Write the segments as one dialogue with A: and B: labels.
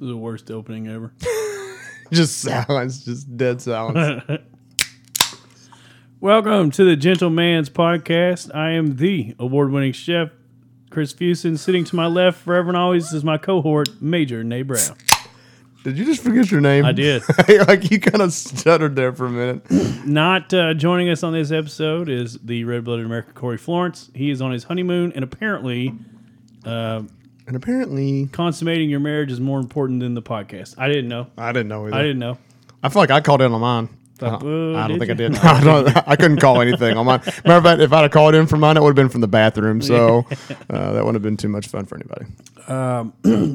A: the worst opening ever.
B: Just silence, just dead silence.
A: Welcome to the Gentleman's Podcast. I am the award-winning chef, Chris Fusen. Sitting to my left, forever and always, is my cohort, Major Nate Brown.
B: did you just forget your name?
A: I did.
B: like you kind of stuttered there for a minute.
A: Not uh, joining us on this episode is the red-blooded American Corey Florence. He is on his honeymoon, and apparently,
B: And apparently,
A: consummating your marriage is more important than the podcast. I didn't know.
B: I didn't know either.
A: I didn't know.
B: I feel like I called in on mine.
A: Uh,
B: I don't- I
A: did
B: don't think I did. I, don't, I couldn't call anything on mine. Matter of fact, if I'd have called in for mine, it would have been from the bathroom. So uh, that wouldn't have been too much fun for anybody.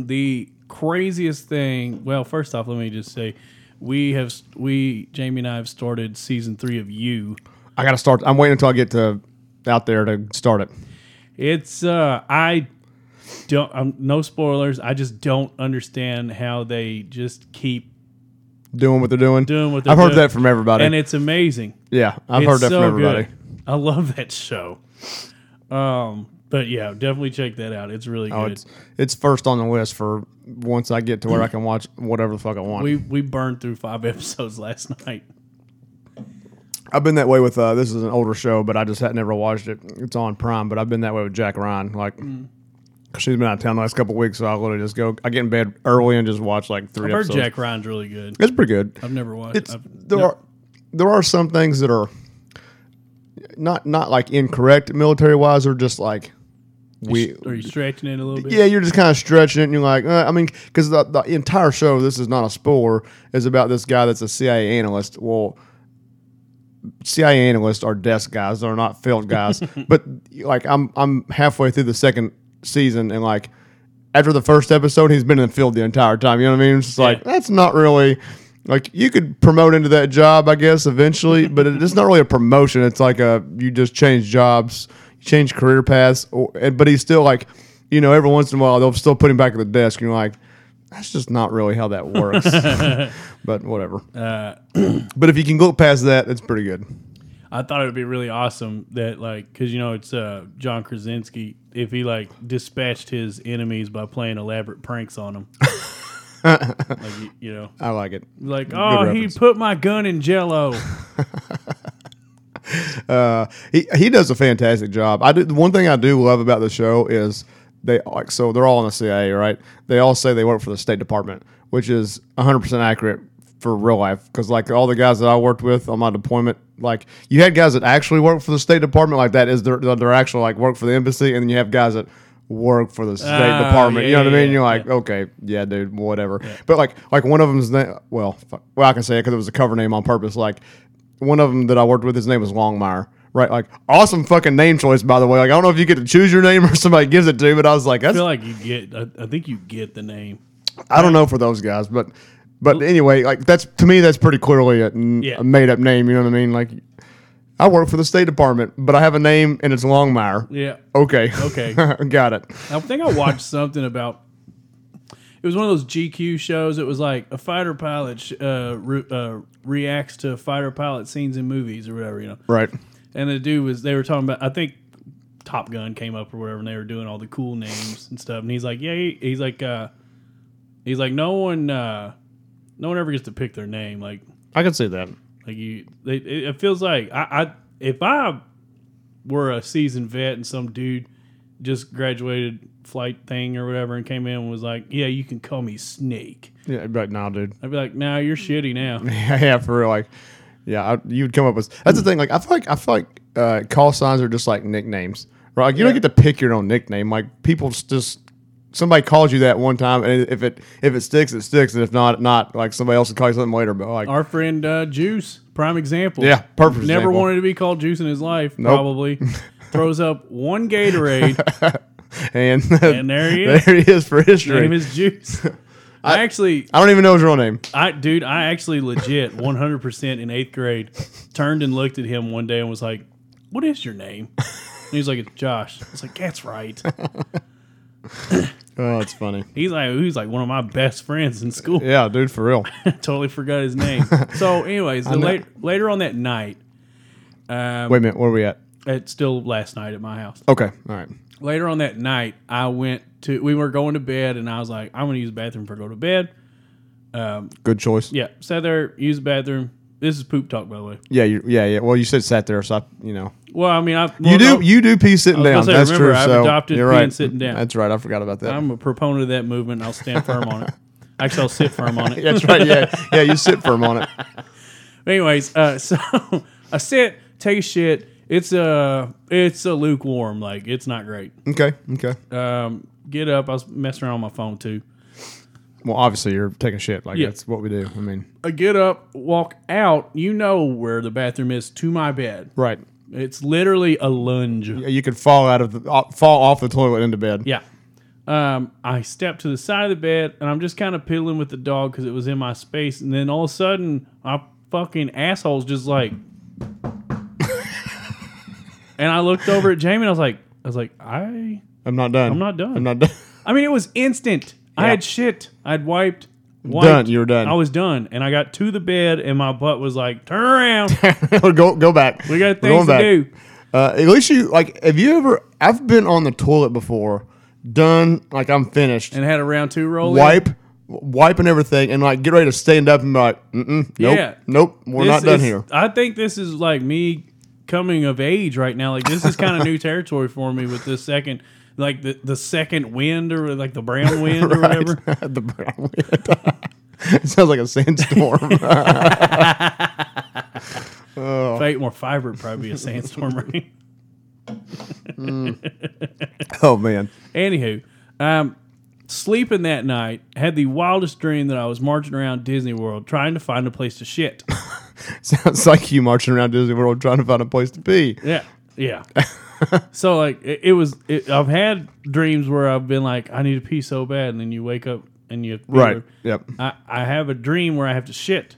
A: the craziest thing. Well, first off, let me just say, we have we Jamie and I have started season three of You.
B: I got to start. I'm waiting until I get to out there to start it.
A: It's uh, I don't. I'm, no spoilers. I just don't understand how they just keep
B: Doing what they're doing.
A: doing what they're
B: I've heard
A: doing.
B: that from everybody.
A: and it's amazing.
B: yeah, I've
A: It's
B: heard that
A: so
B: from everybody.
A: Good. I love that show. Um, but yeah, definitely check that out. It's really
B: Oh,
A: good.
B: it's it's first on the list for once I get to
A: Mm.
B: where I can watch whatever the fuck I want.
A: we we burned through five episodes last night.
B: I've been that way with uh, this is an older show, but I just had never watched it. It's on Prime, but I've been that way with Jack Ryan. Like,
A: Mm.
B: she she's been out of town the last couple weeks, so I literally just go. I get in bed early and just watch like 3
A: I've heard
B: episodes.
A: Jack Ryan's really good.
B: It's pretty good.
A: I've never watched.
B: It's
A: I've-
B: there
A: no.
B: are there are some things that are not not like incorrect military wise, or just like we
A: Are you stretching it a little bit?
B: Yeah, you're just kind of stretching it, and you're like, uh, I mean, because the, the entire show, this is not a spoiler, is about this guy that's a CIA analyst. Well, CIA analysts are desk guys; they're not field guys. but like, I'm I'm halfway through the second season, and like after the first episode, he's been in the field the entire time. You know what I mean? It's just like
A: Yeah.
B: that's not really. Like you could promote into that job, I guess, eventually, but it- it's not really a promotion. It's like a you just change jobs, change career paths. Or, and, but he's still like, you know, every once in a while they'll still put him back at the desk, and you're like, that's just not really how that works. but whatever. but if you can look past that, it's pretty good.
A: I thought it would be really awesome that like because you know it's uh, John Krasinski if he like dispatched his enemies by playing elaborate pranks on them. like you, you know,
B: I like it.
A: like oh he
B: reference.
A: put my gun in Jello.
B: Uh, he he does a fantastic job. I do, the one thing I do love about the show is they like so they're all in the CIA, right? They all say they work for the State Department, which is 100 percent accurate for real life because like all the guys that I worked with on my deployment, like you had guys that actually work for the State Department, like that is their their actual like work for the embassy, and then you have guys that work for the State
A: Ah,
B: Department. you know
A: yeah,
B: what I mean?
A: yeah,
B: You're like, okay, yeah, dude, whatever. But like, like one of them's name. Well, fuck, well, I can say it because it was a cover name on purpose. Like, one of them that I worked with, his name was Longmire. Right, like awesome fucking name choice, by the way. Like I don't know if you get to choose your name or somebody gives it to you, but I was like,
A: I
B: that's
A: feel like you get. I, I think you get the name.
B: I don't know for those guys, but but anyway, like that's to me that's pretty clearly a,
A: Yeah.
B: made up name. You know what I mean? Like I work for the State Department, but I have a name and it's Longmire.
A: Yeah.
B: Okay,
A: Okay.
B: got it.
A: I think I watched something about. It was one of those GQ shows. It was like a fighter pilot sh- uh, re- uh, reacts to fighter pilot scenes in movies or whatever. You know.
B: Right.
A: And the dude was they were talking about I think Top Gun came up or whatever, and they were doing all the cool names and stuff. And he's like, yeah, he- he's like, uh, he's like, no one, uh, no one ever gets to pick their name. Like,
B: I can see that.
A: like you, they, it, it feels like I, I, if I were a seasoned vet and some dude just graduated flight thing or whatever and came in and was like, yeah, you can call me Snake.
B: Yeah, but now, dude.
A: I'd be like, nah, you're shitty now.
B: yeah, for real. Like, yeah, I, you'd come up with. That's the thing. Like, I feel like I feel like uh, call signs are just like nicknames, right? Like, you don't
A: Yeah.
B: get to pick your own nickname. Like, people s- just somebody calls you that one time, and if it if it sticks, it sticks, and if not, not like somebody else will call you something later. But like,
A: Our friend uh, Juice, prime example.
B: Yeah, perfect
A: Never
B: example.
A: wanted to be called Juice in his life. Probably throws up one Gatorade.
B: and
A: And there he is.
B: there he is for
A: name
B: history.
A: is Juice. I, actually,
B: I don't even know his real name.
A: I dude, I actually legit 100 percent in eighth grade turned and looked at him one day and was like, "What is your name?" And he's like, "It's Josh." I was like, "That's right."
B: Oh, that's funny.
A: He's like, he's like one of my best friends in school.
B: Yeah, dude, for real.
A: totally forgot his name. So, anyways, the
B: know.
A: late, later on that night, um,
B: Wait a minute, where are we at?
A: it's still last night at my house.
B: Okay, all right.
A: later on that night, I went to we were going to bed, and I was like, I'm gonna use the bathroom before I go to bed.
B: Good choice.
A: Yeah, sat there, used the bathroom. This is poop talk, by the way.
B: Yeah, you, yeah, yeah. Well, you said sat there, so I, you know
A: Well, I mean, I
B: you
A: well,
B: do
A: no,
B: you do pee sitting
A: I
B: down.
A: was gonna say,
B: That's
A: remember,
B: true.
A: I've
B: so
A: adopted
B: you're
A: peeing
B: right.
A: sitting down.
B: That's right. I forgot about that.
A: I'm a proponent of that movement. and I'll stand firm on it. Actually, I'll sit firm on it.
B: That's right. Yeah, yeah. You sit for a moment.
A: Anyways, uh, so I sit, take a shit. It's uh it's a lukewarm. Like it's not great.
B: Okay. Okay.
A: Um, get up. I was messing around on my phone too.
B: Well, obviously you're taking shit. Like
A: Yeah.
B: that's what we do. I mean,
A: I get up, walk out. You know where the bathroom is to my bed.
B: right.
A: It's literally a lunge.
B: Yeah, You could fall out of the uh, fall off the toilet into bed.
A: Yeah. Um, I step to the side of the bed and I'm just kind of piddling with the dog because it was in my space. And then all of a sudden, my fucking asshole's just like. and I looked over at Jamie and I was like, I was like, I.
B: I'm not done.
A: I'm not done.
B: I'm not done.
A: I mean, it was instant. I
B: Yeah.
A: had shit. I'd wiped. Wiped.
B: Done. You were done.
A: I was done. And I got to the bed and my butt was like, turn around.
B: go go back.
A: We got
B: We're
A: things
B: going
A: to
B: back.
A: do.
B: Uh, at least you like. Have you ever? I've been on the toilet before. Done. Like I'm finished.
A: And had a round two roll. in.
B: wipe, wipe, and everything, and like get ready to stand up and be like, Mm-mm, nope,
A: Yeah.
B: nope, we're
A: This
B: not done
A: is-
B: here.
A: I think this is like me coming of age right now. Like this is kind of new territory for me with this second, like the, the second wind or like the brown wind or whatever.
B: the brown wind. it sounds like a sandstorm.
A: If I ate more fiber, it'd probably be a sandstorm rain.
B: oh man,
A: Anywho, um, sleeping that night had the wildest dream that I was marching around Disney World trying to find a place to shit.
B: sounds like you marching around Disney World trying to find a place to pee.
A: Yeah, yeah. so like it, it was. It, I've had dreams where I've been like, I need to pee so bad, and then you wake up and you
B: Right. Yep.
A: I, I have a dream where I have to shit,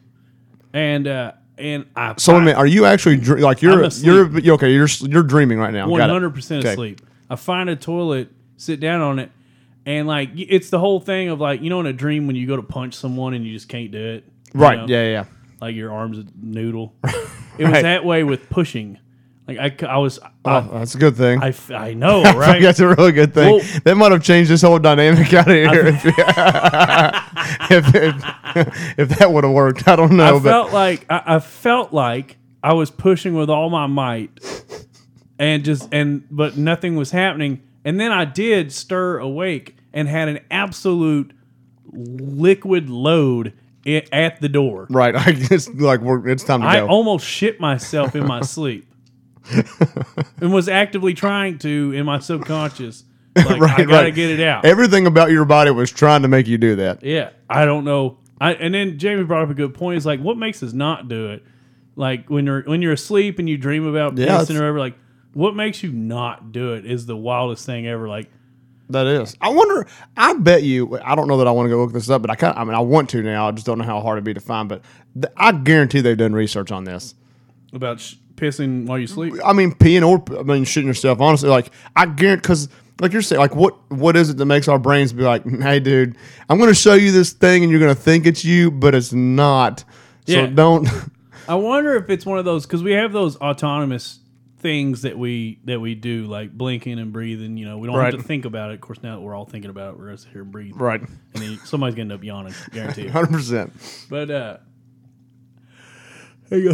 A: and uh, and I
B: So wait a minute, are you actually dr- like you're
A: I'm asleep.
B: you're you're okay? You're you're dreaming right now.
A: one
B: Got it.
A: hundred percent
B: Okay.
A: asleep. I find a toilet, sit down on it, and like y- it's the whole thing of like you know in a dream when you go to punch someone and you just can't do it, you
B: Right.
A: know?
B: Yeah. Yeah. yeah.
A: like your arms a noodle. It was
B: Right.
A: that way with pushing. Like I, c- I was, I,
B: Oh, that's a good thing.
A: Uh, I f- I know, right?
B: That's a really good thing.
A: Well-
B: that might have changed this whole dynamic out of here. If, if, if, if that would have worked, I don't know.
A: I
B: but
A: felt like I, I felt like I was pushing with all my might, and just and but nothing was happening. And then I did stir awake and had an absolute liquid load i at the door.
B: Right. I just like we're, it's time to
A: I
B: go.
A: almost shit myself in my sleep, and was actively trying to in my subconscious. Like I
B: Right,
A: gotta
B: right.
A: get it out.
B: Everything about your body was trying to make you do that.
A: Yeah, I don't know. I and then Jamie brought up a good point. It's like, what makes us not do it? Like when you're when you're asleep and you dream about
B: Yeah,
A: pissing
B: it's-
A: or whatever. Like, what makes you not do it is the wildest thing ever. Like,
B: That is. I wonder. I bet you. I don't know that I want to go look this up, but I kind. of I mean, I want to now. I just don't know how hard it'd be to find. But th- I guarantee they've done research on this.
A: about sh- pissing while you sleep.
B: I mean, peeing or I mean, shitting yourself. Honestly, like I guarantee because. Like you're saying, like what what is it that makes our brains be like, hey, dude, I'm gonna show you this thing and you're gonna think it's you, but it's not. So
A: Yeah.
B: don't.
A: I wonder if it's one of those because we have those autonomous things that we that we do like blinking and breathing. You know, we don't
B: Right.
A: have to think about it. Of course, now that we're all thinking about it, we're gonna sit here and breathe.
B: right,
A: And then somebody's gonna end up yawning, guaranteed.
B: hundred percent.
A: but uh,
B: There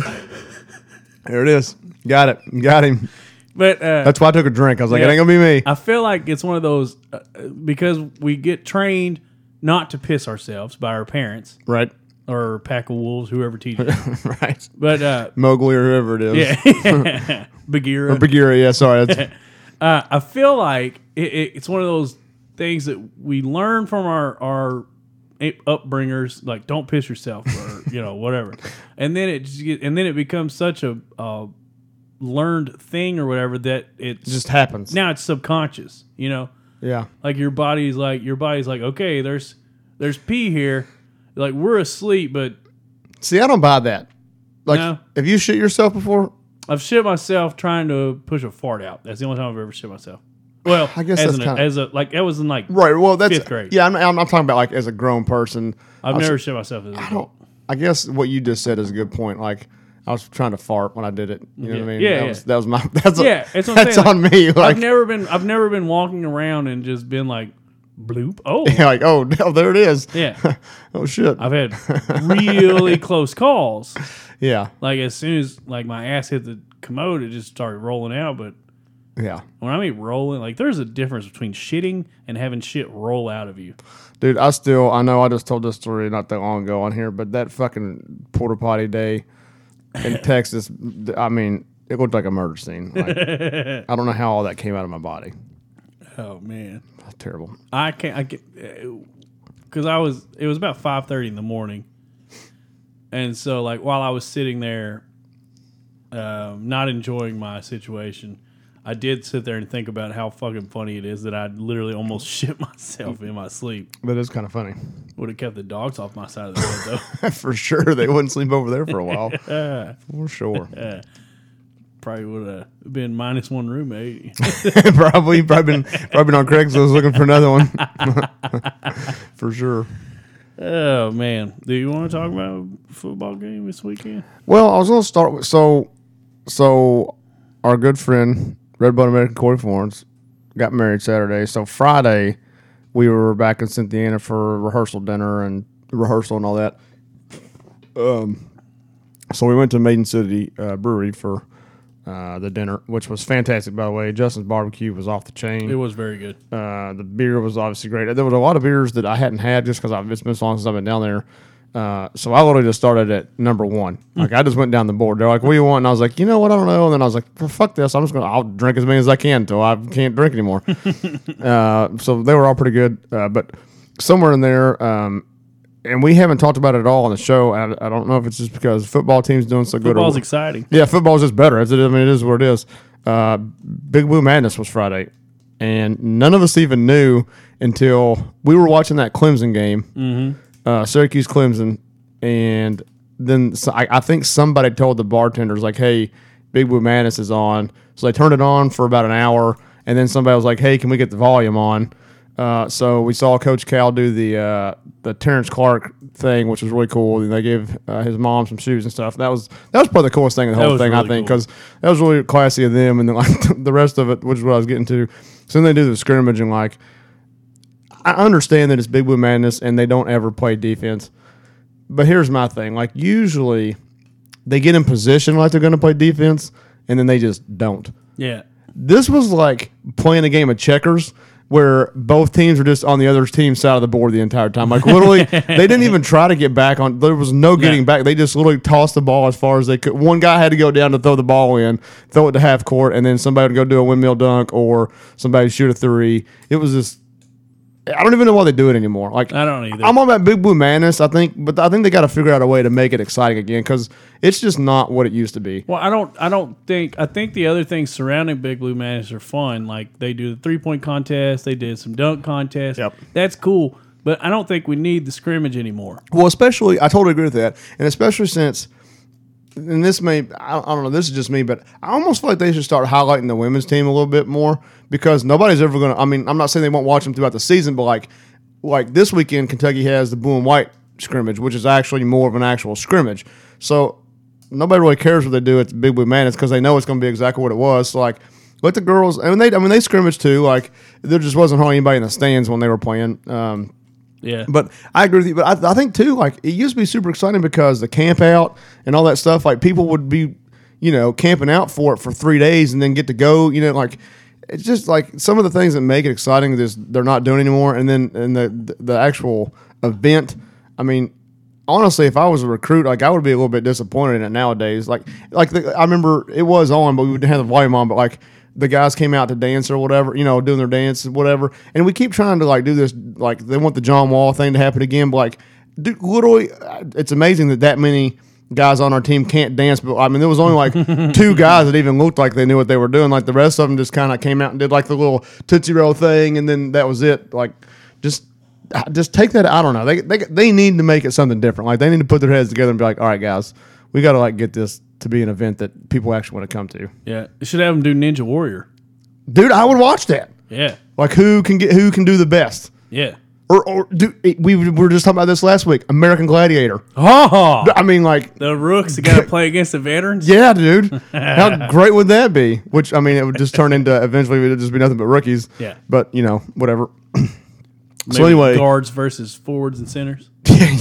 B: it is. Got it. Got him.
A: but uh,
B: That's why I took a drink. I was like,
A: Yeah.
B: it ain't gonna be me.
A: I feel like it's one of those uh, uh, because we get trained not to piss ourselves by our parents
B: Right.
A: or a pack of wolves, whoever teaches. us.
B: right.
A: But uh,
B: Mowgli or whoever it is.
A: yeah, Bagheera.
B: Bagheera, yeah, sorry. That's,
A: Uh, I feel like it, it, it's one of those things that we learn from our our eh, upbringers, like don't piss yourself or you know whatever, and then it just get, and then it becomes such a uh, learned thing or whatever that it's
B: it just happens.
A: now it's subconscious, you know.
B: yeah.
A: like your body's like your body's like okay there's there's pee here like we're asleep but
B: See, I don't buy that. Like,
A: No.
B: have you shit yourself before?
A: i've shit myself trying to push a fart out that's the only time i've ever shit myself well
B: I guess
A: as,
B: that's
A: an,
B: kinda-
A: as a like that was in like
B: Right. Well, that's
A: Fifth grade.
B: Yeah, I'm, I'm, I'm talking about like as a grown person.
A: i've
B: I was-
A: never shit myself as an
B: I, don't, I guess what you just said is a good point. Like, I was trying to fart when I did it. You know what I
A: Yeah.
B: mean?
A: Yeah,
B: that,
A: yeah.
B: Was, that was my. That's
A: Yeah,
B: yeah.
A: it's what I'm
B: that's
A: saying,
B: on me. Like,
A: I've never been I've never been walking around and just been like bloop. Oh,
B: like, oh, no, there it is.
A: yeah.
B: Oh shit.
A: I've had really close calls.
B: yeah.
A: Like as soon as like my ass hit the commode, it just started rolling out. But
B: Yeah.
A: when I mean rolling, like there's a difference between shitting and having shit roll out of you.
B: Dude, I still I know I just told this story not that long ago on here, but that fucking porta potty day in Texas, th- I mean, it looked like a murder scene. Like, I don't know how all that came out of my body.
A: Oh man,
B: That's terrible.
A: I can't. I can because I was. It was about five thirty in the morning, and so like while I was sitting there, um, not enjoying my situation, I did sit there and think about how fucking funny it is that I literally almost shit myself in my sleep.
B: That is kind of funny.
A: Would have kept the dogs off my side of the bed though.
B: for sure, they wouldn't sleep over there for a while. for sure.
A: Probably would have been minus one roommate.
B: probably, probably been, probably been on Craigslist looking for another one. for sure.
A: oh man, do you want to talk about a football game this weekend?
B: Well, I was going to start with so, so our good friend Red Bud American Corey Florence got married Saturday. So Friday, we were back in Cynthiana for rehearsal dinner and rehearsal and all that. Um, so we went to Maiden City uh, Brewery for uh, the dinner, which was fantastic. By the way, Justin's barbecue was off the chain.
A: It was very good.
B: Uh, the beer was obviously great. There was a lot of beers that I hadn't had just because it's been so long since I've been down there. Uh, so I literally just started at number one. Like I just went down the board. They're like, "What do you want?" And I was like, "You know what? I don't know." And then I was like, well, "Fuck this! I'm just gonna I'll drink as many as I can until I can't drink anymore." uh, so they were all pretty good. Uh, but somewhere in there, um, and we haven't talked about it at all on the show. I, I don't know if it's just because football team's doing so good.
A: Football's
B: or,
A: exciting.
B: yeah, football's just better. It's- I mean, it is what it is. Uh, Big Blue Madness was Friday, and none of us even knew until we were watching that Clemson game, mm-hmm. uh, Syracuse Clemson, and then so I, I think somebody told the bartenders like, "Hey, Big Blue Madness is on." So they turned it on for about an hour, and then somebody was like, "Hey, can we get the volume on?" Uh, so we saw Coach Cal do the uh, the Terrence Clark thing, which was really cool. And they gave uh, his mom some shoes and stuff. That was that was probably the coolest thing in the
A: That
B: whole
A: was
B: thing, I
A: really
B: think,
A: cool.
B: because that was really classy of them. And then like the rest of it, which is what I was getting to. So then they do the scrimmage and like I understand that it's Big Blue Madness and they don't ever play defense. But here's my thing: like usually they get in position like they're going to play defense, and then they just don't
A: Yeah.
B: this was like playing a game of checkers where both teams were just on the other team's side of the board the entire time. Like literally, they didn't even try to get back on. There was no getting
A: Yeah.
B: back. They just literally tossed the ball as far as they could. One guy had to go down to throw the ball in, throw it to half court, and then somebody would go do a windmill dunk or somebody would shoot a three. It was just. I don't even know why they do it anymore. Like
A: I don't either.
B: I'm on that Big Blue Madness. I think, but I think they got to figure out a way to make it exciting again because it's just not what it used to be.
A: Well, I don't. I don't think. I think the other things surrounding Big Blue Madness are fun. Like they do the three point contest. They did some dunk contest.
B: Yep.
A: That's cool. But I don't think we need the scrimmage anymore.
B: Well, especially, I totally agree with that, and especially since, and this may, I, I don't know, this is just me, but I almost feel like they should start highlighting the women's team a little bit more because nobody's ever going to. I mean, I'm not saying they won't watch them throughout the season, but like, like this weekend, Kentucky has the blue and white scrimmage, which is actually more of an actual scrimmage. So nobody really cares what they do at the Big Blue Madness because they know it's going to be exactly what it was. So like, let the girls. I mean, they, I mean, they scrimmage too. Like, there just wasn't hardly anybody in the stands when they were playing. Um,
A: Yeah.
B: but I agree with you. But I, I think too, like it used to be super exciting because the camp out and all that stuff. Like people would be, you know, camping out for it for three days and then get to go. You know, like it's just like some of the things that make it exciting. Is they're not doing anymore, and then and the the actual event. I mean, honestly, if I was a recruit, like I would be a little bit disappointed in it nowadays. Like, like the, I remember it was on, but we didn't have the volume on. But like the guys came out to dance or whatever, you know, doing their dance or whatever. And we keep trying to like do this, like they want the John Wall thing to happen again. But like, dude, literally, uh, it's amazing that that many guys on our team can't dance. But I mean, there was only like two guys that even looked like they knew what they were doing. Like the rest of them just kind of came out and did like the little tootsie roll thing, and then that was it. Like, just just take that. I don't know. They, they they need to make it something different. Like they need to put their heads together and be like, all right, guys, we got to like get this to be an event that people actually want to come to.
A: yeah. You should have them do Ninja Warrior.
B: Dude, I would watch that.
A: Yeah.
B: Like who can get who can do the best.
A: Yeah.
B: Or, or dude, it- we were just talking about this last week. American Gladiator.
A: Oh.
B: I mean, like,
A: The rooks got to play against the veterans.
B: yeah, dude. How great would that be? Which I mean, it would just turn into eventually it would just be nothing but rookies.
A: Yeah.
B: But you know, whatever. So anyway-
A: guards versus forwards and centers.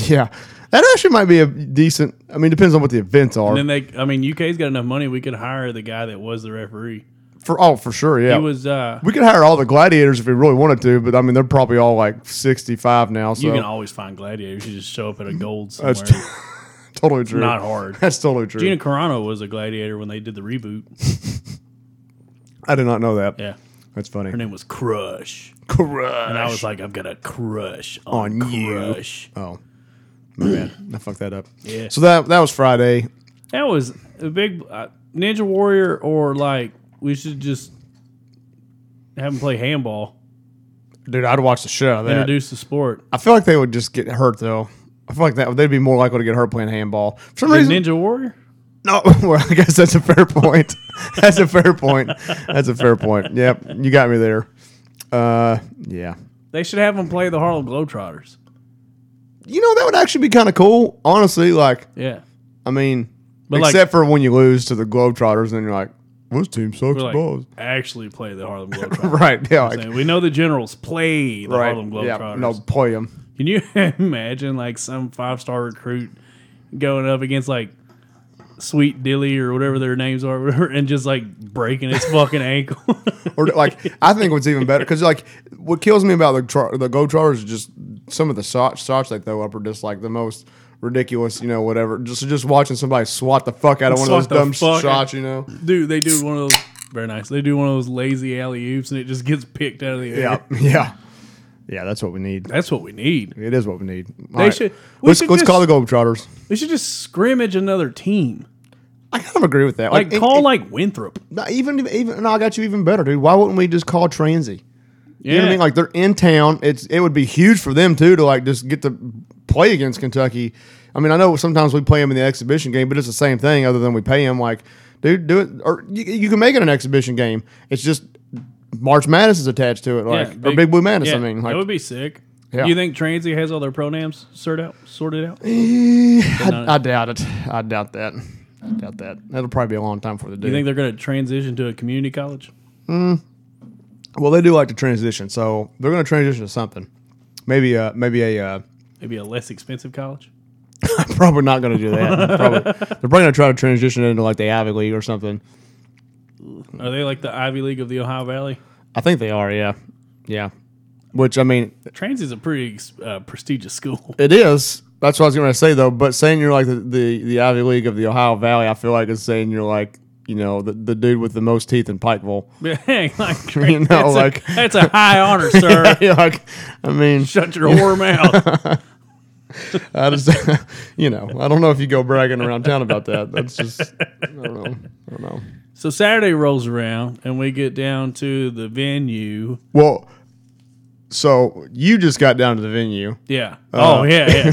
B: yeah, that actually might be a decent. I mean, depends on what the events are.
A: And then they, I mean, UK's got enough money. We could hire the guy that was the referee.
B: for oh, for sure, yeah.
A: He was. uh
B: we could hire all the gladiators if we really wanted to, but I mean, they're probably all like sixty-five now, so
A: You can always find gladiators. You just show up at a gold somewhere.
B: That's totally true.
A: Not hard.
B: That's totally true.
A: Gina Carano was a gladiator when they did the reboot.
B: I did not know that.
A: Yeah,
B: That's funny.
A: her name was Crush, and I
B: Crush.
A: was like, I've got a crush
B: On
A: on,
B: you.
A: Crush.
B: Oh, my bad. I fucked that up.
A: Yeah.
B: So that that was Friday.
A: That was a big uh, Ninja Warrior, or like we should just have him play handball,
B: Dude, I'd watch the shit out of that.
A: introduce the sport.
B: I feel like they would just get hurt though. I feel like that they'd be more likely to get hurt playing handball. For some reason,
A: Ninja Warrior.
B: No, well, I guess that's a fair point. that's a fair point. That's a fair point. Yep, you got me there. Uh, yeah.
A: They should have him play the Harlem Globetrotters.
B: You know that would actually be kind of cool, honestly. Like,
A: Yeah,
B: I mean,
A: But, like-
B: except for when you lose to the Globetrotters, and then you're like, "This team sucks
A: We're like,
B: balls."
A: actually play the Harlem Globetrotters.
B: Right? Yeah. Like,
A: Saying, We know the generals play the
B: right.
A: Harlem
B: Yeah.
A: Globetrotters.
B: No, play them.
A: Can you imagine like some five star recruit going up against like Sweet Dilly or whatever their names are, whatever, and just like breaking his fucking ankle?
B: Or like, I think what's even better because like what kills me about the tro- the Globetrotters is just some of the shots shots they throw up are just like the most. Ridiculous, you know, whatever. Just just watching somebody swat the fuck out of one
A: Swat
B: of
A: the
B: those dumb
A: fuck
B: shots, you know.
A: Dude, they do one of those. Very nice. They do one of those lazy alley oops, and it just gets picked out of the air.
B: Yeah, yeah, yeah. That's what we need.
A: That's what we need.
B: It is what we need. All
A: They should- we
B: let's
A: should
B: let's
A: just-
B: call the Globetrotters.
A: They should just scrimmage another team.
B: I kind of agree with that.
A: Like,
B: it-
A: call
B: it-
A: like Winthrop.
B: not even even. No, I got you even better, dude. Why wouldn't we just call Transy?
A: Yeah.
B: You know what I mean? Like they're in town. It's it would be huge for them too to like just get to play against Kentucky. I mean, I know sometimes we play them in the exhibition game, but it's the same thing. Other than we pay them, like, dude, do it, or you, you can make it an exhibition game. It's just March Madness is attached to it, like
A: Yeah,
B: or Big Blue Madness.
A: yeah,
B: I mean, like,
A: that would be sick.
B: Yeah.
A: You think Transy has all their pronouns sorted out? Sorted out? You
B: I,
A: not-
B: I doubt it. I doubt that. I doubt that. That'll probably be a long time for the day.
A: think they're going to transition to a community college?
B: well, they do like to transition, so they're going to transition to something. Maybe, uh, maybe a. Uh,
A: Maybe a less expensive college?
B: probably not going to do that. probably, they're probably going to try to transition into like the Ivy League or something.
A: Are they like the Ivy League of the Ohio Valley?
B: I think they are. Yeah, yeah. Which I mean,
A: Trans is a pretty uh, prestigious school.
B: it is. That's what I was going to say though. But saying you're like the, the the Ivy League of the Ohio Valley, I feel like is saying you're like you know the, the dude with the most teeth in Pikeville.
A: Hey, like,
B: You know,
A: that's
B: like-
A: a, that's a high honor, sir.
B: Yeah, like, I mean,
A: Shut your whore mouth.
B: I just, you know, I don't know if you go bragging around town about that. That's just, I don't know. I don't know.
A: So Saturday rolls around and we get down to the venue.
B: Well, so you just got down to the venue.
A: Yeah. oh yeah, yeah.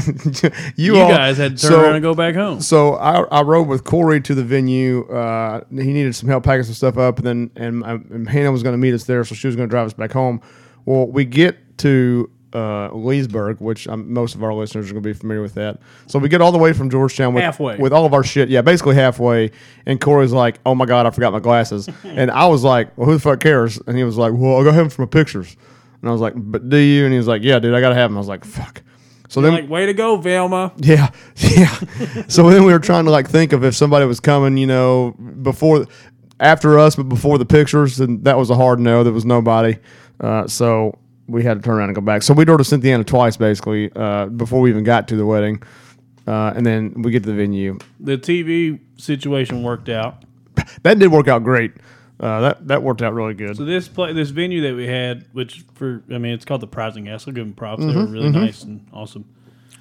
B: you,
A: You
B: all-
A: guys had to turn
B: so,
A: around and go back home.
B: So I, I rode with Corey to the venue. Uh, he needed some help packing some stuff up, and then and, I- and Hannah was going to meet us there, so she was going to drive us back home. Well, we get to uh, Leesburg, which um, most of our listeners are going to be familiar with that. So we get all the way from Georgetown with,
A: Halfway.
B: with all of our shit. Yeah, basically halfway. And Corey's like, "Oh my god, I forgot my glasses," and I was like, "Well, who the fuck cares?" And he was like, "Well, I'll go have them for my pictures." And I was like, "But do you?" And he was like, "Yeah, dude, I gotta have them." I was like, "Fuck." So then,
A: Like, way to go, Velma.
B: yeah, yeah. so then we were trying to like think of if somebody was coming, you know, before, after us, but before the pictures, and that was a hard no. There was nobody, uh, so we had to turn around and go back. So we'd ordered Cynthiana twice, basically, uh, before we even got to the wedding, uh, and then we get to the venue.
A: The TV situation worked out.
B: That did work out great. Uh, that that worked out really good.
A: So this play, this venue that we had, which for I mean, it's called the Prizing House. I'll give them props. they were really nice and awesome.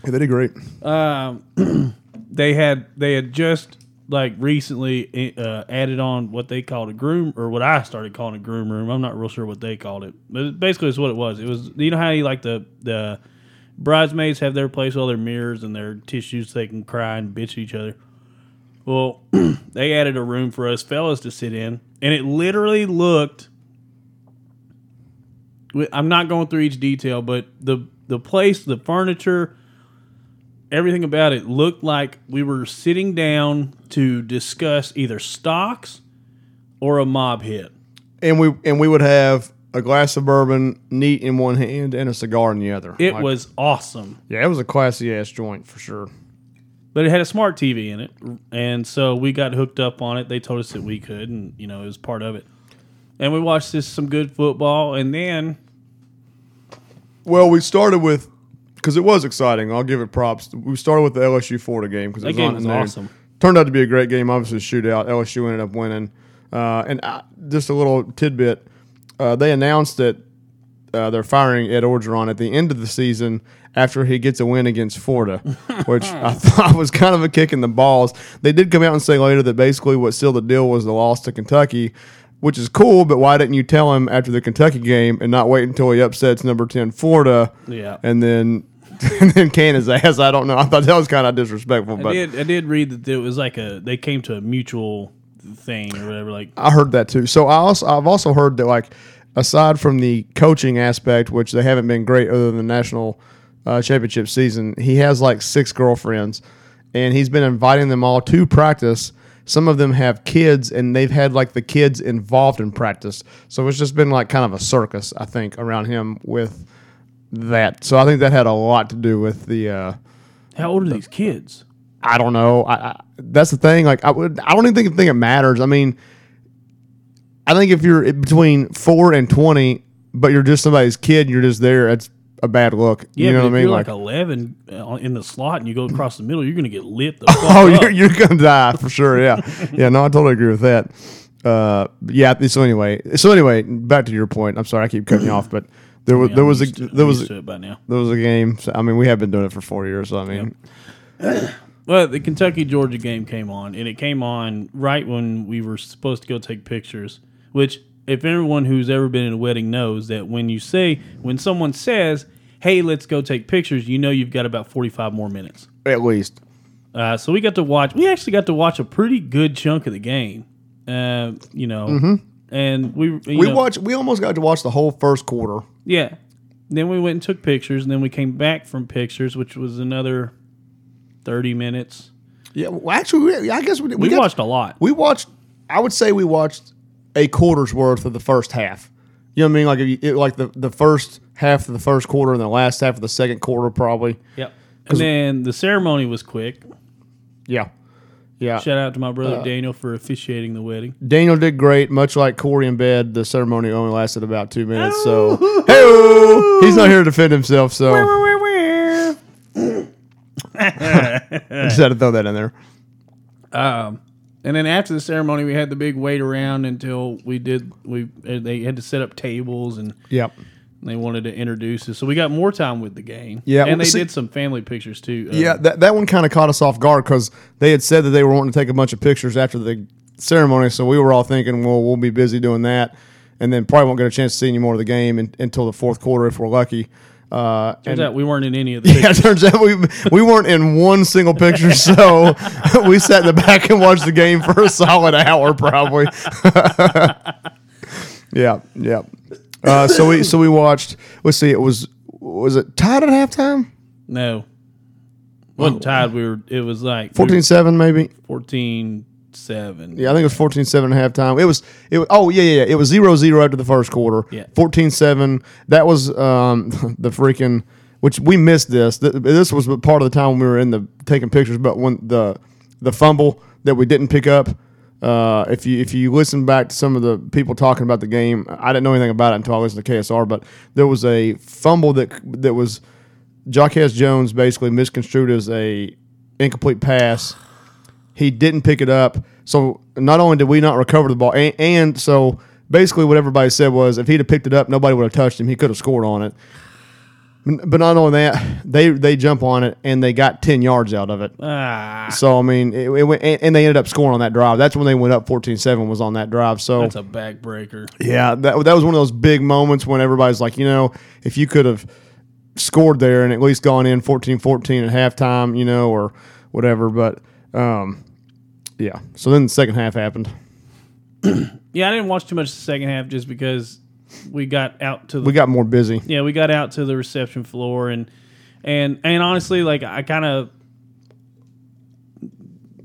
B: Yeah, they did great.
A: um, they had they had just like recently uh, added on what they called a groom or what I started calling a groom room. I'm not real sure what they called it, but it- basically it's what it was. It was you know how you like the the bridesmaids have their place, with all their mirrors and their tissues, so they can cry and bitch at each other. Well, they added a room for us fellas to sit in, and it literally looked. we- I'm not going through each detail, but the the place, the furniture, everything about it looked like we were sitting down to discuss either stocks or a mob hit.
B: And we and we would have a glass of bourbon neat in one hand and a cigar in the other.
A: It
B: Like,
A: was awesome.
B: yeah, it was a classy ass joint for sure.
A: But it had a smart TV in it, and so we got hooked up on it. They told us that we could, and you know it was part of it. And we watched this some good football, and then
B: Well, we started with because it was exciting. I'll give it props. We started with the LSU Florida game because it
A: That
B: was
A: game
B: on at
A: was
B: noon.
A: awesome.
B: Turned out to be a great game. Obviously, shootout. LSU ended up winning. Uh, and I, just a little tidbit, uh, they announced that uh, they're firing Ed Orgeron at the end of the season after he gets a win against Florida, which I thought was kind of a kick in the balls. They did come out and say later that basically what sealed the deal was the loss to Kentucky, which is cool, but why didn't you tell him after the Kentucky game and not wait until he upsets number 10 Florida
A: Yeah.
B: and then and then can his ass? I don't know. I thought that was kind of disrespectful,
A: I
B: but
A: did I did read that it was like a they came to a mutual thing or whatever. Like
B: I heard that too. So I also I've also heard that like aside from the coaching aspect, which they haven't been great other than the national uh, championship season, he has like six girlfriends, and he's been inviting them all to practice. Some of them have kids, and they've had like the kids involved in practice. So it's just been like kind of a circus, I think, around him with that. So I think that had a lot to do with the. Uh,
A: how old are these kids?
B: I don't know. I, I that's the thing. Like I would, I don't even think think it matters. I mean, I think if you're between four and twenty, but you're just somebody's kid, and you're just there. That's a bad look.
A: Yeah,
B: you know
A: but
B: what
A: if
B: I mean?
A: you're
B: Like,
A: like, eleven eleven in the slot and you go across the middle, you're gonna get lit the fuck
B: oh,
A: up.
B: you're, you're gonna die for sure. Yeah, yeah. No, I totally agree with that. Uh, yeah. So anyway, so anyway, back to your point. I'm sorry, I keep cutting you off, but there was there was a
A: I'm used to-
B: there
A: I'm
B: was
A: used to it by now.
B: there was a game. So, I mean, we have been doing it for four years. So I mean,
A: Well, the Kentucky Georgia game came on, and it came on right when we were supposed to go take pictures. Which, if anyone who's ever been in a wedding knows that when you say when someone says, "Hey, let's go take pictures," you know you've got about forty five more minutes.
B: at least
A: Uh, so we got to watch. We actually got to watch a pretty good chunk of the game. Uh, you know, and we you
B: Mm-hmm. we
A: know,
B: watched. We almost got to watch the whole first quarter.
A: yeah. Then we went and took pictures, and then we came back from pictures, which was another thirty minutes.
B: Yeah, well, actually, we, I guess we, did- we,
A: We,
B: got-
A: watched a lot.
B: We watched. I would say we watched a quarter's worth of the first half. You know what I mean? Like if you, it, like the the first half of the first quarter and the last half of the second quarter, probably.
A: Yep. And then the ceremony was quick.
B: Yeah, yeah.
A: Shout out to my
B: Uh.
A: brother Daniel for officiating the wedding.
B: Daniel did great. Much like Corey in bed, the ceremony only lasted about two minutes. So, hey, he's not here to defend himself. So, just had to throw that in there.
A: And then after the ceremony, we had the big wait around until we did. We uh, they had to set up tables and
B: Yep.
A: they wanted to introduce us, so we got more time with the game.
B: Yeah,
A: and they
B: see-
A: did some family pictures too. Uh,
B: Yeah, that, that one kind of caught us off guard because they had said that they were wanting to take a bunch of pictures after the ceremony, so we were all thinking, well, we'll be busy doing that, and then probably won't get a chance to see any more of the game in, until the fourth quarter if we're lucky. Uh,
A: turns
B: and
A: out we weren't in any of the.
B: yeah, it turns out we we weren't in one single picture, so we sat in the back and watched the game for a solid hour, probably. yeah, yeah. Uh, so we so we watched. Let's see, it was was it tied at halftime,
A: no,
B: Oh.
A: wasn't tied. We were. It was like
B: 14-7 maybe.
A: 14 7
B: Yeah, I think it was 14 7 at halftime. It was, it was, oh, yeah, yeah, yeah. It was 0 0 after the first quarter.
A: Yeah.
B: 14 7. That was um, the freaking, which we missed this. Th- This was part of the time when we were in the taking pictures, but when the the fumble that we didn't pick up. Uh, if you if you listen back to some of the people talking about the game, I didn't know anything about it until I listened to KSR. But there was a fumble that that was Jaquez Jones basically misconstrued as a incomplete pass. He didn't pick it up. So not only did we not recover the ball, and, and so basically what everybody said was if he'd have picked it up, nobody would have touched him. He could have scored on it. N- But not only that, they they jump on it and they got ten yards out of it.
A: Ah,
B: So I mean, it, it went, and, and they ended up scoring on that drive. That's when they went up 14-7 was on that drive. So
A: that's a backbreaker.
B: yeah, that that was one of those big moments when everybody's like, you know, if you could have scored there and at least gone in 14-14 at halftime, you know, or whatever. But um, yeah, so then the second half happened.
A: Yeah, I didn't watch too much the second half just because we got out to the
B: We got more busy.
A: yeah we got out to the reception floor and and and honestly like I kind of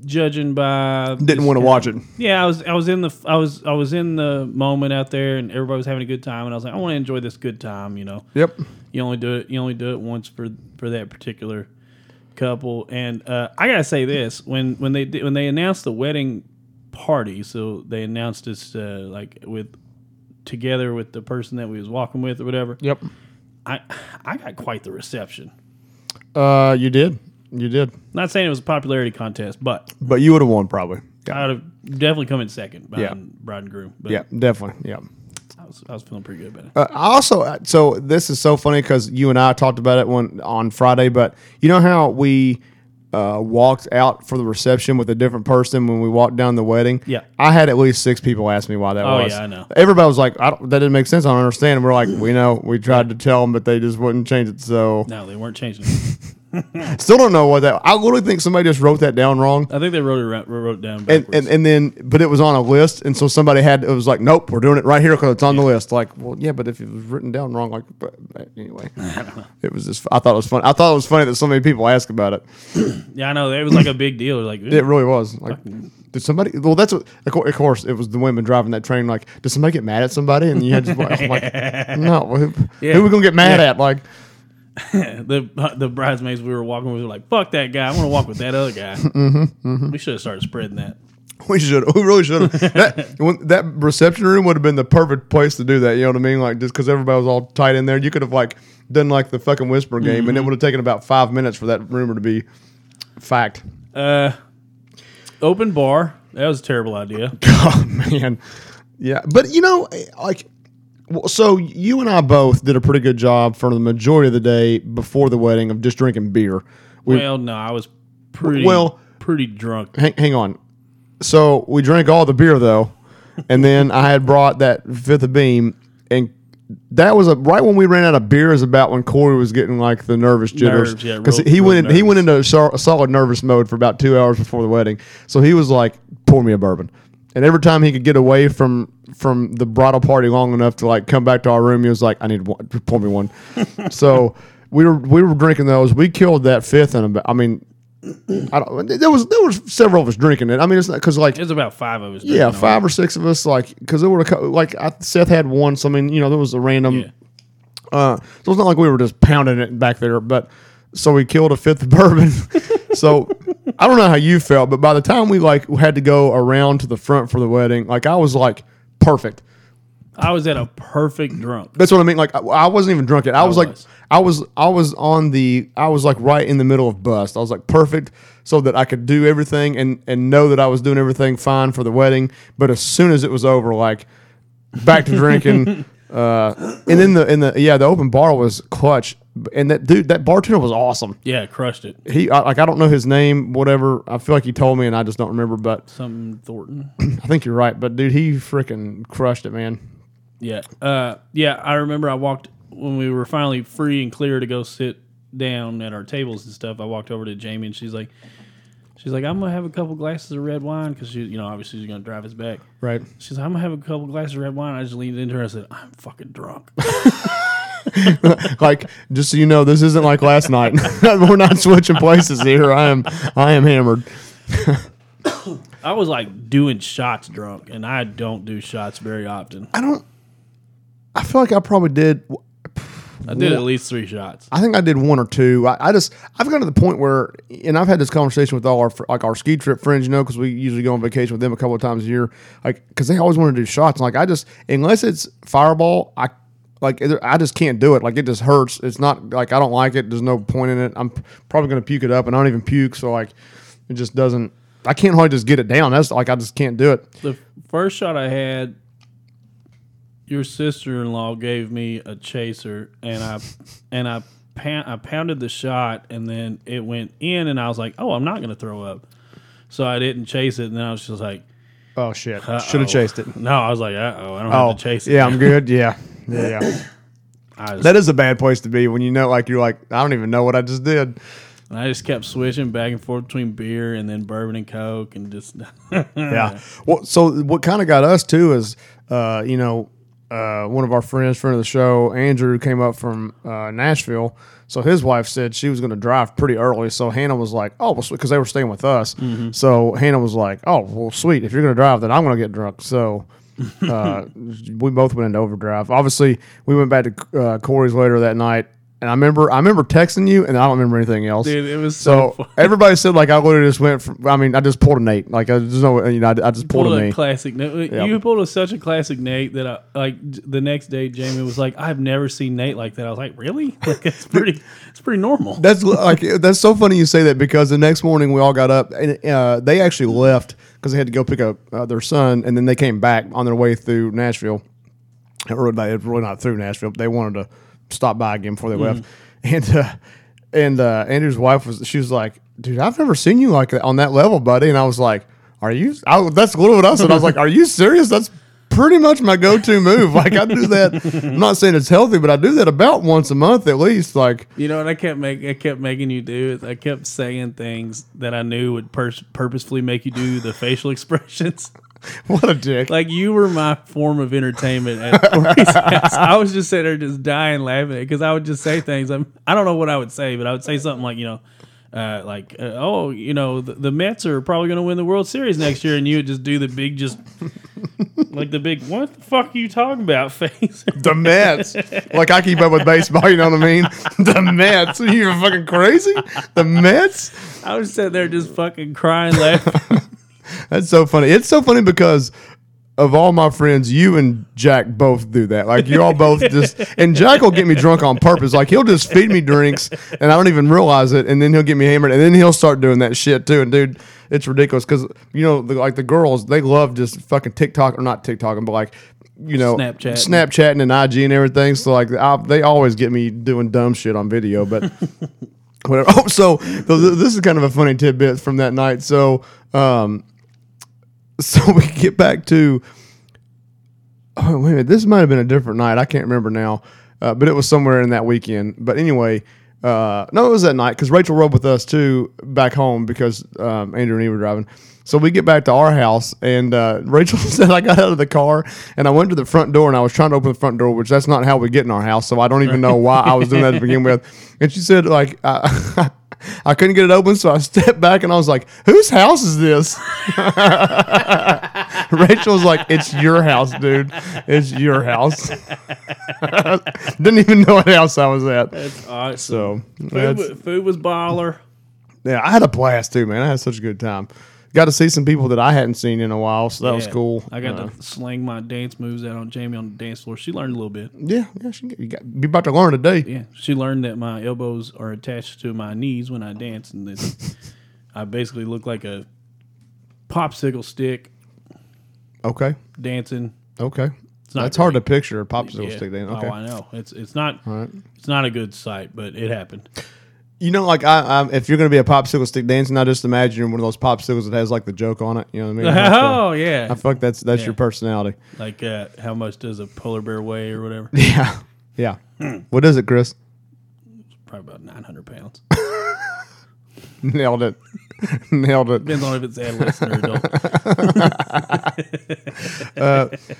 A: judging by
B: Didn't want to watch it.
A: yeah, I was I was in the I was I was in the moment out there, and everybody was having a good time, and I was like, I want to enjoy this good time, you know.
B: Yep.
A: You only do it. You only do it once for for that particular couple. And uh, I gotta say this when when they did- when they announced the wedding party, so they announced this uh, like with together with the person that we was walking with or whatever.
B: Yep.
A: I I got quite the reception.
B: Uh, you did. You did.
A: Not saying it was a popularity contest, but
B: But you would have won probably. Yeah.
A: I'd have definitely come in second behind
B: Yeah.
A: bride and groom. But
B: Yeah. Definitely. Yeah.
A: I was I was feeling pretty good about it.
B: Uh, I also, so this is so funny because you and I talked about it when on Friday, but you know how we uh, walked out for the reception with a different person when we walked down the wedding.
A: Yeah.
B: I had at least six people ask me why that
A: Oh,
B: was.
A: yeah, I know.
B: Everybody was like, I don't, "That didn't make sense. I don't understand." And we're like, "We know. We tried to tell them, but they just wouldn't change it." So
A: No, they weren't changing. it.
B: still don't know what that. I literally think somebody just wrote that down wrong.
A: I think they wrote it ra- wrote it down
B: and,
A: backwards.
B: and and then but it was on a list and so somebody had it was like nope we're doing it right here because it's on the list like well yeah but if it was written down wrong like but, but anyway it was just i thought it was funny i thought it was funny that so many people asked about it
A: yeah, I know it was like a big deal. Like
B: it really was like did somebody well that's what of cour- of course it was the women driving that train like did somebody get mad at somebody and you had to like, I'm like no who,
A: Yeah.
B: who we gonna get mad at like
A: the the bridesmaids we were walking with were like, "Fuck that guy! I want to walk with that other guy." mm-hmm, We should have started spreading that.
B: we should we really should have that, when- that reception room would have been the perfect place to do that you know what i mean like just because everybody was all tight in there you could have like done like the fucking whisper game and it would have taken about five minutes for that rumor to be fact
A: Uh, open bar. That was a terrible idea.
B: oh man yeah but you know eh, like well, so you and i both did a pretty good job for the majority of the day before the wedding of just drinking beer we
A: well, no, I was pretty
B: Well-
A: pretty drunk.
B: hang, hang on. So we drank all the beer though, and then I had brought that fifth of beam, and that was a, right when we ran out of beer is about when Corey was getting like the nervous jitters
A: Nerves, yeah,
B: because
A: real-
B: he
A: real
B: went in, he went into a sol- a solid nervous mode for about two hours before the wedding. So he was like, "Pour me a bourbon," and every time he could get away from from the bridal party long enough to like come back to our room, he was like, "I need one, pour me one." so. We were, we were drinking those. We killed that fifth in about. I mean, I don't. There was there was several of us drinking it. I mean, it's not because like
A: It was about five of us.
B: yeah,
A: drinking on
B: five or six of us like because there were a couple, like I, Seth had one. So I mean, you know, there was a random.
A: Yeah.
B: Uh, so it's not like we were just pounding it back there, but so we killed a fifth of bourbon. so I don't know how you felt, but by the time we like had to go around to the front for the wedding, like I was like perfect.
A: it. I was at a perfect drunk.
B: That's what I mean. Like I, I wasn't even drunk yet. I was like,
A: was.
B: I was, I was on the, I was like right in the middle of bust. I was like perfect, so that I could do everything and and know that I was doing everything fine for the wedding. But as soon as it was over, like back to drinking, uh, and then the in the yeah the open bar was clutch. And that dude, that bartender was awesome.
A: Yeah, crushed it.
B: He I, like I don't know his name, whatever. I feel like he told me, and I just don't remember. But
A: Some Thornton.
B: I think you're right. But dude, he freaking crushed it, man.
A: Yeah. Uh, yeah, I remember I walked when we were finally free and clear to go sit down at our tables and stuff. I walked over to Jamie and she's like, she's like, I'm gonna have a couple glasses of red wine because she, you know, obviously she's gonna drive us back.
B: Right.
A: She's like, I'm gonna have a couple glasses of red wine. I just leaned into her. and I said, I'm fucking drunk.
B: like just so you know this isn't like last night we're not switching places here i am i am hammered
A: I was like doing shots drunk, and I don't do shots very often.
B: i don't i feel like i probably did
A: I did at least three shots.
B: i think i did one or two i, I just i've gotten to the point where and i've had this conversation with all our fr- like our ski trip friends you know because we usually go on vacation with them a couple of times a year like because they always want to do shots like i just unless it's fireball i like either- I just can't do it. Like it just hurts. It's not like I don't like it. There's no point in it. I'm probably gonna puke it up, and I don't even puke. So like, it just doesn't. I can't hardly just get it down. That's like I just can't do it.
A: The first shot I had, your sister in law gave me a chaser, and I and I pound, I pounded the shot, and then it went in, and I was like, "Oh, I'm not gonna throw up," so I didn't chase it, and then I was just like,
B: Oh shit! Should
A: Uh-oh.
B: have chased it.
A: "No," I was like, "Uh oh, I don't
B: Oh,
A: have to chase it."
B: yeah, I'm good. Yeah, yeah. yeah.
A: I just,
B: that is a bad place to be when you know, like you're like, I don't even know what I just did.
A: and I just kept switching back and forth between beer and then bourbon and coke, and just
B: Yeah. Well, so what kind of got us too is, uh, you know, uh, one of our friends, friend of the show, Andrew, came up from uh, Nashville. So his wife said she was going to drive pretty early. So Hannah was like, "Oh, well, because they were staying with us." So Hannah was like, "Oh, well, sweet. If you're going to drive, then I'm going to get drunk." So uh, we both went into overdrive. Obviously, we went back to uh, Corey's later that night, and I remember I remember texting you, and I don't remember anything else.
A: Dude, it was so
B: So everybody said like I literally just went. From, I mean, I just pulled a Nate. Like I just know, you know, I, I just pulled,
A: pulled a
B: a Nate.
A: classic. No, You pulled a, such a classic Nate that I like. j- The next day, Jamie was like, "I've never seen Nate like that." I was like, "Really? Like, it's pretty. It's pretty normal."
B: That's like that's so funny you say that because the next morning we all got up and uh, they actually left because they had to go pick up uh, their son and then they came back on their way through Nashville. Or they- really not through Nashville, but they wanted to stop by again before they left. And uh, and uh, Andrew's wife was she was like, "Dude, I've never seen you like that on that level, buddy." And I was like, "Are you?" I, that's literally what I said. I was like, "Are you serious?" That's pretty much my go-to move. Like I do that. I'm not saying it's healthy, but I do that about once a month at least. Like.
A: You know what I kept make I kept making you do is I kept saying things that I knew would pers- purposefully make you do the facial expressions.
B: What a dick.
A: Like you were my form of entertainment at Corey's house. I was just sitting there just dying laughing because I would just say things. I'm, I don't know what I would say, but I would say something like, you know, uh, like, uh, oh, you know, the, the Mets are probably going to win the World Series next year, and you would just do the big, just like the big, what the fuck are you talking about face?
B: the Mets. like I keep up with baseball, you know what I mean? The Mets. Are you fucking crazy? The Mets?
A: I was sitting there just fucking crying, laughing.
B: That's so funny. It's so funny because of all my friends, you and Jack both do that. Like you all both just and Jack will get me drunk on purpose. Like he'll just feed me drinks and I don't even realize it, and then he'll get me hammered, and then he'll start doing that shit too. And dude, it's ridiculous because you know, the, like the girls, they love just fucking TikTok or not TikToking, but like you know,
A: Snapchatting.
B: Snapchatting and IG and everything. So like I, they always get me doing dumb shit on video, but whatever. Oh, so th- th- this is kind of a funny tidbit from that night. So, um, so we get back to. Oh wait a minute, this might have been a different night. I can't remember now, uh, but it was somewhere in that weekend. But anyway, uh, no, it was that night because Rachel rode with us too back home because um, Andrew and Eve were driving. So we get back to our house, and uh, Rachel said I got out of the car and I went to the front door, and I was trying to open the front door, which that's not how we get in our house. So I don't even know why I was doing that to begin with. And she said like. I I couldn't get it open, so I stepped back and I was like, "Whose house is this?" Rachel was like, "It's your house, dude. It's your house." Didn't even know what house I was at.
A: That's awesome.
B: So
A: Food,
B: that's,
A: wa- food was baller.
B: yeah, I had a blast too, man. I had such a good time. Got to see some people that I hadn't seen in a while, so that was
A: Yeah.
B: cool.
A: I got
B: Uh,
A: to sling my dance moves out on Jamie on the dance floor. She learned a little bit.
B: yeah, yeah. She, you got, you about to learn today.
A: Yeah, she learned that my elbows are attached to my knees when I dance, and this I basically look like a popsicle stick
B: Okay,
A: dancing.
B: okay.
A: not
B: That's hard to picture a popsicle
A: Yeah.
B: stick. Then okay.
A: Oh, I know it's it's not it's not a good sight, but it happened.
B: You know, like I, i if you're gonna be a popsicle stick dancing, I just imagine you're one of those popsicles that has like the joke on it. You know what I mean? Like, uh,
A: Oh yeah,
B: I fuck that's that's your personality.
A: like uh, how much does a polar bear weigh or whatever?
B: Yeah, yeah. What is it, Chris?
A: Probably about nine hundred pounds.
B: Nailed it. Nailed it.
A: Depends on if it's adolescent or adult.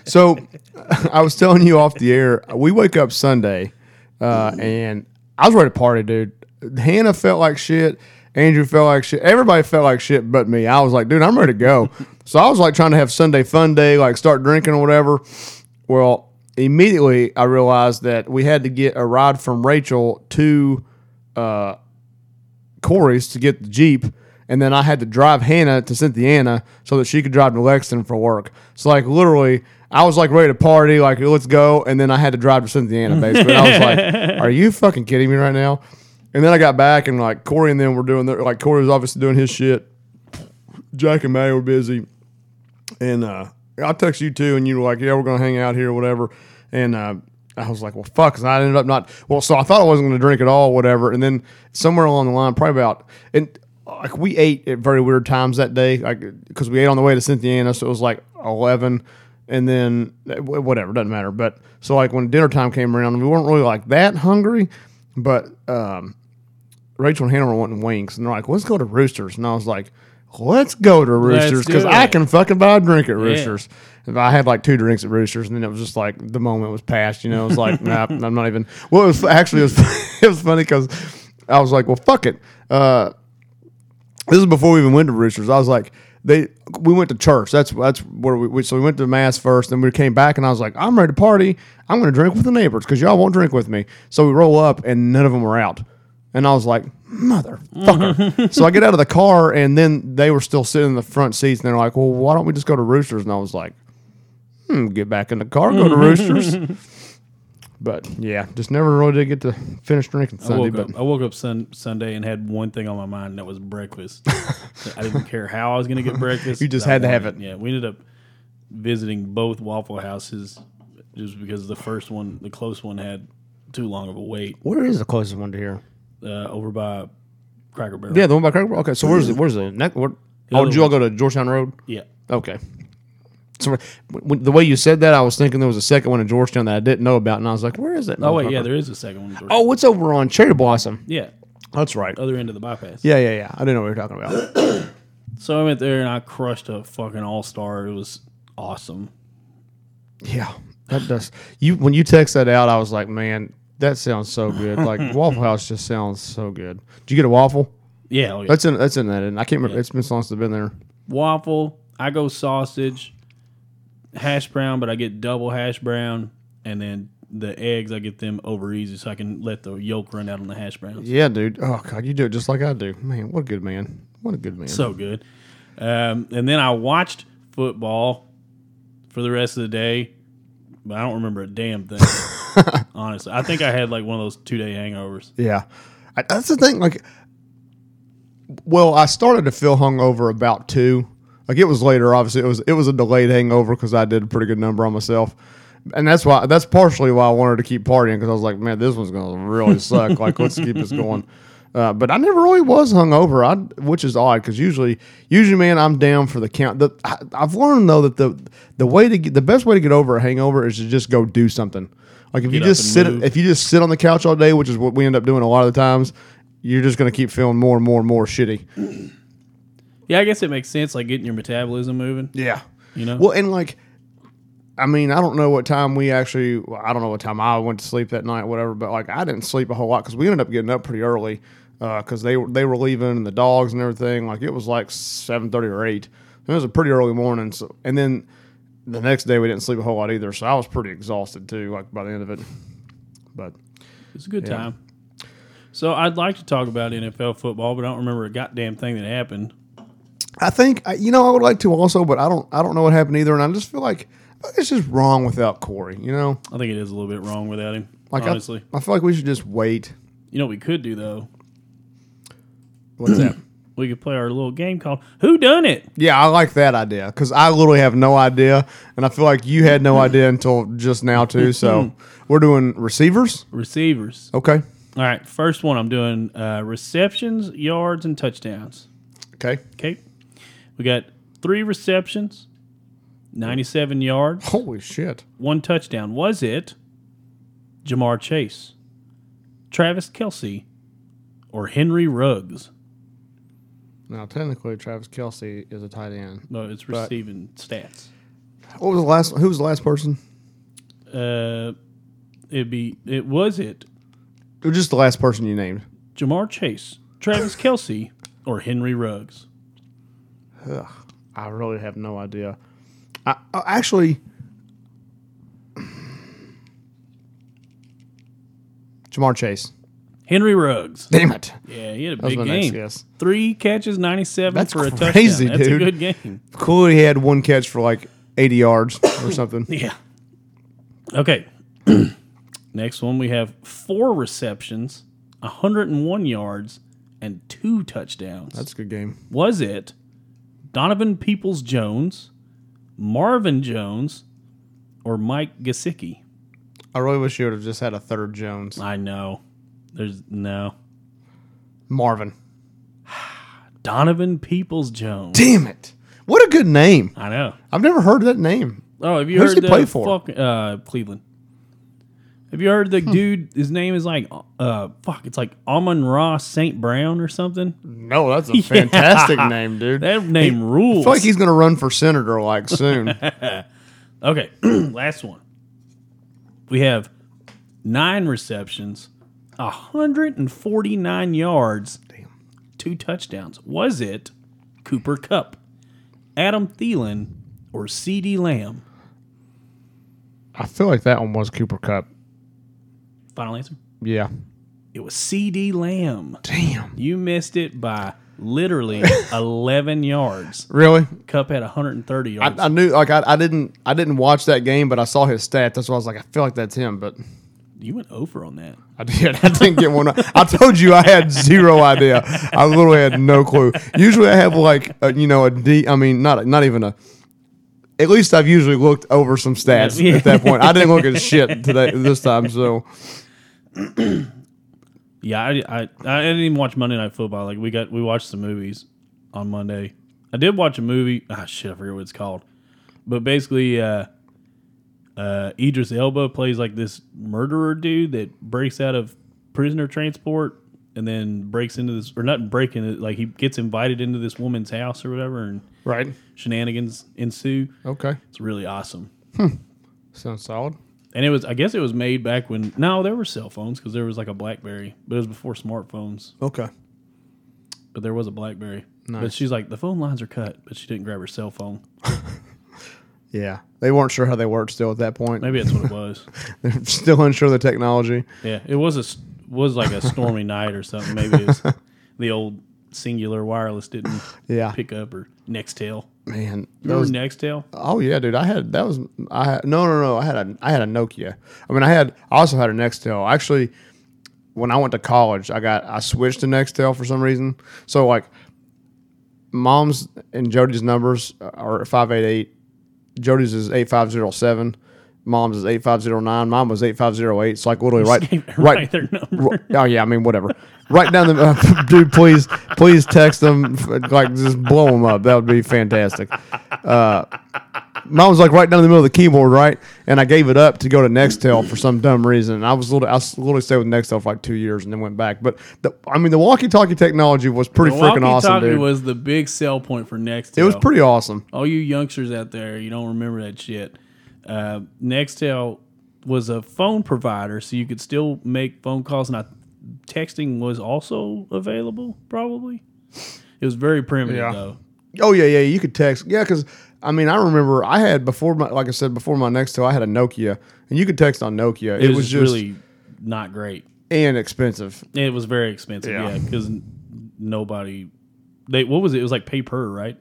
B: So I was telling you off the air, we wake up Sunday, uh, and I was ready to party, dude. Hannah felt like shit. Andrew felt like shit. Everybody felt like shit but me. I was like, dude, I'm ready to go. so I was like trying to have Sunday fun day, like start drinking or whatever. Well, immediately I realized that we had to get a ride from Rachel to uh, Corey's to get the Jeep. And then I had to drive Hannah to Cynthiana so that she could drive to Lexington for work. So, like, literally, I was like ready to party, like, let's go. And then I had to drive to Cynthiana, basically. I was like, are you fucking kidding me right now? And then I got back, and like, Corey and them were doing their, like, Corey was obviously doing his shit. Jack and May were busy. And uh, I text you too, and you were like, "Yeah, we're gonna hang out here, whatever." And uh, I was like, "Well, fuck," 'cause I ended up not. Well, so I thought I wasn't gonna drink at all, whatever. And then somewhere along the line, probably about and like we ate at very weird times that day, like because we ate on the way to Cynthiana, so it was like eleven. And then eh, wh- whatever doesn't matter. But so like when dinner time came around, we weren't really like that hungry, uh, but um, Rachel and Hannah were wanting wings, and they're like, "Let's go to Roosters," and I was like, let's go to
A: Let's
B: Roosters
A: do
B: because I
A: it.
B: can fucking buy a drink at Roosters. And I had like two drinks at Roosters, and then it was just like the moment was past. You know, it was like, nah, I'm not even. Well, it was actually it was it was funny because I was like, well, fuck it. Uh, this is before we even went to Roosters. I was like, they we went to church. That's that's where we, we so we went to mass first, then we came back, and I was like, I'm ready to party. I'm going to drink with the neighbors because y'all won't drink with me. So we roll up, and none of them were out. And I was like, motherfucker. so I get out of the car, and then they were still sitting in the front seats, and they're like, well, why don't we just go to Roosters? And I was like, hmm, get back in the car, go to Roosters. But yeah, just never really did get to finish drinking
A: I
B: Sunday.
A: woke,
B: But
A: up, I woke up sun, Sunday and had one thing on my mind, and that was breakfast. I didn't care how I was going to get breakfast.
B: You just
A: I
B: had to
A: wanted
B: have it.
A: Yeah, we ended up visiting both Waffle Houses just because the first one, the close one, had too long of a wait
B: where is the closest one to here?
A: uh, over by Cracker Barrel.
B: Yeah, the one by Cracker Barrel. Okay, so where's the where's the neck? What? Oh,
A: other
B: did you all go to Georgetown Road?
A: yeah.
B: Okay. So when, the way you said that, I was thinking there was a second one in Georgetown that I didn't know about, and I was like, "Where is that?"
A: Oh wait, yeah,
B: motherfucker?
A: there is a second one.
B: Oh, it's over on Cherry Blossom.
A: yeah,
B: That's right.
A: other end of the bypass.
B: Yeah, yeah, yeah. I didn't know what you were talking about.
A: So I went there and I crushed a fucking all star. It was awesome.
B: yeah, that does. You when you text that out, I was like, "Man, that sounds so good." Like Waffle House just sounds so good. Did you get a waffle?
A: Yeah, oh, yeah.
B: That's in that's in that. And I can't remember. It's been so long since I've been there.
A: waffle. I go sausage, hash brown, but I get double hash brown, and then the eggs I get them over easy, so I can let the yolk run out on the hash browns.
B: Yeah, dude. Oh God, you do it just like I do. Man, what a good man. What a good man.
A: So good. Um, and then I watched football for the rest of the day, but I don't remember a damn thing. Honestly, I think I had like one of those two day hangovers.
B: Yeah, I, that's the thing. Like, well, I started to feel hungover about two. Like it was later. Obviously, it was it was a delayed hangover because I did a pretty good number on myself, and that's why that's partially why I wanted to keep partying because I was like, man, this one's gonna really suck. Like, let's keep this going. Uh, but I never really was hungover, I, which is odd because usually, usually, man, I'm down for the count. The, I, I've learned though that the the way to get, the best way to get over a hangover is to just go do something. Like if
A: Get
B: you
A: up
B: just
A: and
B: sit,
A: move.
B: if you just sit on the couch all day, which is what we end up doing a lot of the times, you're just going to keep feeling more and more and more shitty.
A: Yeah, I guess it makes sense, like getting your metabolism moving.
B: Yeah.
A: You know,
B: Well, and like, I mean, I don't know what time we actually, well, I don't know what time I went to sleep that night, whatever, but like I didn't sleep a whole lot because we ended up getting up pretty early because they, were- they were leaving and the dogs and everything. Like it was like 7.30 or 8. It was a pretty early morning. So, and then the next day we didn't sleep a whole lot either. So I was pretty exhausted too, like by the end of it. But
A: It's a good time. So I'd like to talk about NFL football, but I don't remember a goddamn thing that happened.
B: I think I- you know I would like to also, but I don't. I don't know what happened either, and I just feel like it's just wrong without Corey. You know,
A: I think it is a little bit wrong without him.
B: like I-
A: honestly,
B: I, feel like we should just wait.
A: you know what we could do though?
B: What's that?
A: We could play our little game called "Who Done It."
B: Yeah, I like that idea because I literally have no idea, and I feel like you had no idea until just now too. So we're doing receivers.
A: Receivers.
B: Okay.
A: All right, first one I'm doing uh, receptions, yards, and touchdowns.
B: Okay.
A: Okay, we got three receptions, 97 yards,
B: Holy shit!
A: one touchdown. Was it Jamar Chase, Travis Kelsey, or Henry Ruggs?
B: Now technically, Travis Kelsey is a tight end.
A: No, it's
B: Right.
A: receiving stats.
B: What was the last? Who was the last person?
A: Uh, it'd be it was it
B: It was just the last person you named.
A: Jamar Chase, Travis Kelsey, or Henry Ruggs.
B: I really have no idea. I, I actually Jamar Chase.
A: Henry Ruggs.
B: Damn it!
A: Yeah, he had a
B: was
A: big
B: my next
A: game.
B: guess.
A: Three catches, ninety-seven
B: That's
A: for a
B: crazy,
A: touchdown. That's
B: dude.
A: a good game.
B: Cooley had one catch for like eighty yards or something.
A: Yeah. Okay. Next one, we have four receptions, hundred and one yards, and two touchdowns.
B: That's a good game.
A: was it Donovan Peoples Jones, Marvin Jones, or Mike Gesicki?
B: I really wish you would have just had a third Jones,
A: I know. There's no
B: Marvin.
A: Donovan Peoples Jones.
B: Damn it! What a good name.
A: I know.
B: I've never heard that name.
A: Oh, have you
B: Who's
A: heard
B: he
A: the
B: play for?
A: fuck- uh, Cleveland. Have you heard the
B: Hmm.
A: dude? His name is like, uh, fuck, it's like Amon Ra St. Brown or something.
B: No, that's a fantastic name, dude.
A: That name
B: I
A: rules.
B: feel like he's gonna run for senator like soon.
A: okay, last one. We have nine receptions, 149 yards, two touchdowns. Was it Cooper Cup, Adam Thielen, or C.D. Lamb?
B: I feel like that one was Cooper Cup.
A: Final answer.
B: Yeah.
A: It was C.D. Lamb.
B: Damn.
A: You missed it by literally 11 yards.
B: Really?
A: Cup had 130 yards.
B: I, I knew like I, I didn't I didn't watch that game, but I saw his stats. That's why I was like, I feel like that's him, but
A: you went over on that.
B: I did. I didn't get one. I told you I had zero idea. I literally had no clue. Usually I have like a, you know a D. I mean not not even a. At least I've usually looked over some stats
A: Yeah.
B: at that point. I didn't look at shit today this time. So
A: Yeah, I, I, I didn't even watch Monday Night Football. Like we got we watched some movies on Monday. I did watch a movie. Ah, shit, I forget what it's called. But basically, uh, uh, Idris Elba plays like this murderer dude that breaks out of prisoner transport and then breaks into this, or not breaking it. Like he gets invited into this woman's house or whatever, and
B: right.
A: shenanigans ensue.
B: Okay.
A: It's really awesome.
B: Sounds solid.
A: And it was, I guess it was made back when, no, there were cell phones because there was like a Blackberry, but it was before smartphones,
B: Okay.
A: but there was a Blackberry. But
B: Nice.
A: she's like, the phone lines are cut, but she didn't grab her cell phone.
B: Yeah, they weren't sure how they worked still at that point.
A: Maybe that's what it was.
B: They're still unsure of the technology.
A: yeah. It was a, s- was like a stormy night or something. Maybe it's the old singular wireless didn't
B: Yeah.
A: pick up or Nextel.
B: Man,
A: Remember
B: those-
A: Nextel?
B: Oh yeah, dude. I had that was I had, no no no. I had a I had a Nokia. I mean, I had I also had a Nextel. Actually, when I went to college, I got I switched to Nextel for some reason. So like, mom's and Jody's numbers are five eight eight. Jody's is eight five zero seven. Mom's is eight five zero nine. Mine was eight five zero eight. So like literally
A: Gave
B: right
A: everybody
B: right
A: their number.
B: Ro- Oh yeah, I mean whatever. Write down the uh, dude. Please, please text them. f- Like just blow them up. That would be fantastic. Uh, mine was like right down the middle of the keyboard, right? And I gave it up to go to Nextel for some dumb reason. And I was little. I s- literally stayed with Nextel for like two years and then went back. But the, I mean, the walkie-talkie technology was pretty freaking awesome,
A: Walkie-talkie
B: dude.
A: was the big sell point for Nextel.
B: it was pretty awesome.
A: all you youngsters out there, you don't remember that shit. Uh, Nextel was a phone provider, so you could still make phone calls, and I, texting was also available. Probably, it was very primitive
B: Yeah.
A: though.
B: Oh yeah, yeah. You could text. Yeah, because I mean, I remember I had before my, like I said before my Nextel, I had a Nokia, and you could text on Nokia.
A: It,
B: It,
A: was,
B: was
A: just
B: just
A: really not great.
B: and expensive.
A: It was very expensive,
B: Yeah.
A: yeah, because nobody. They what was it? It was like pay per right.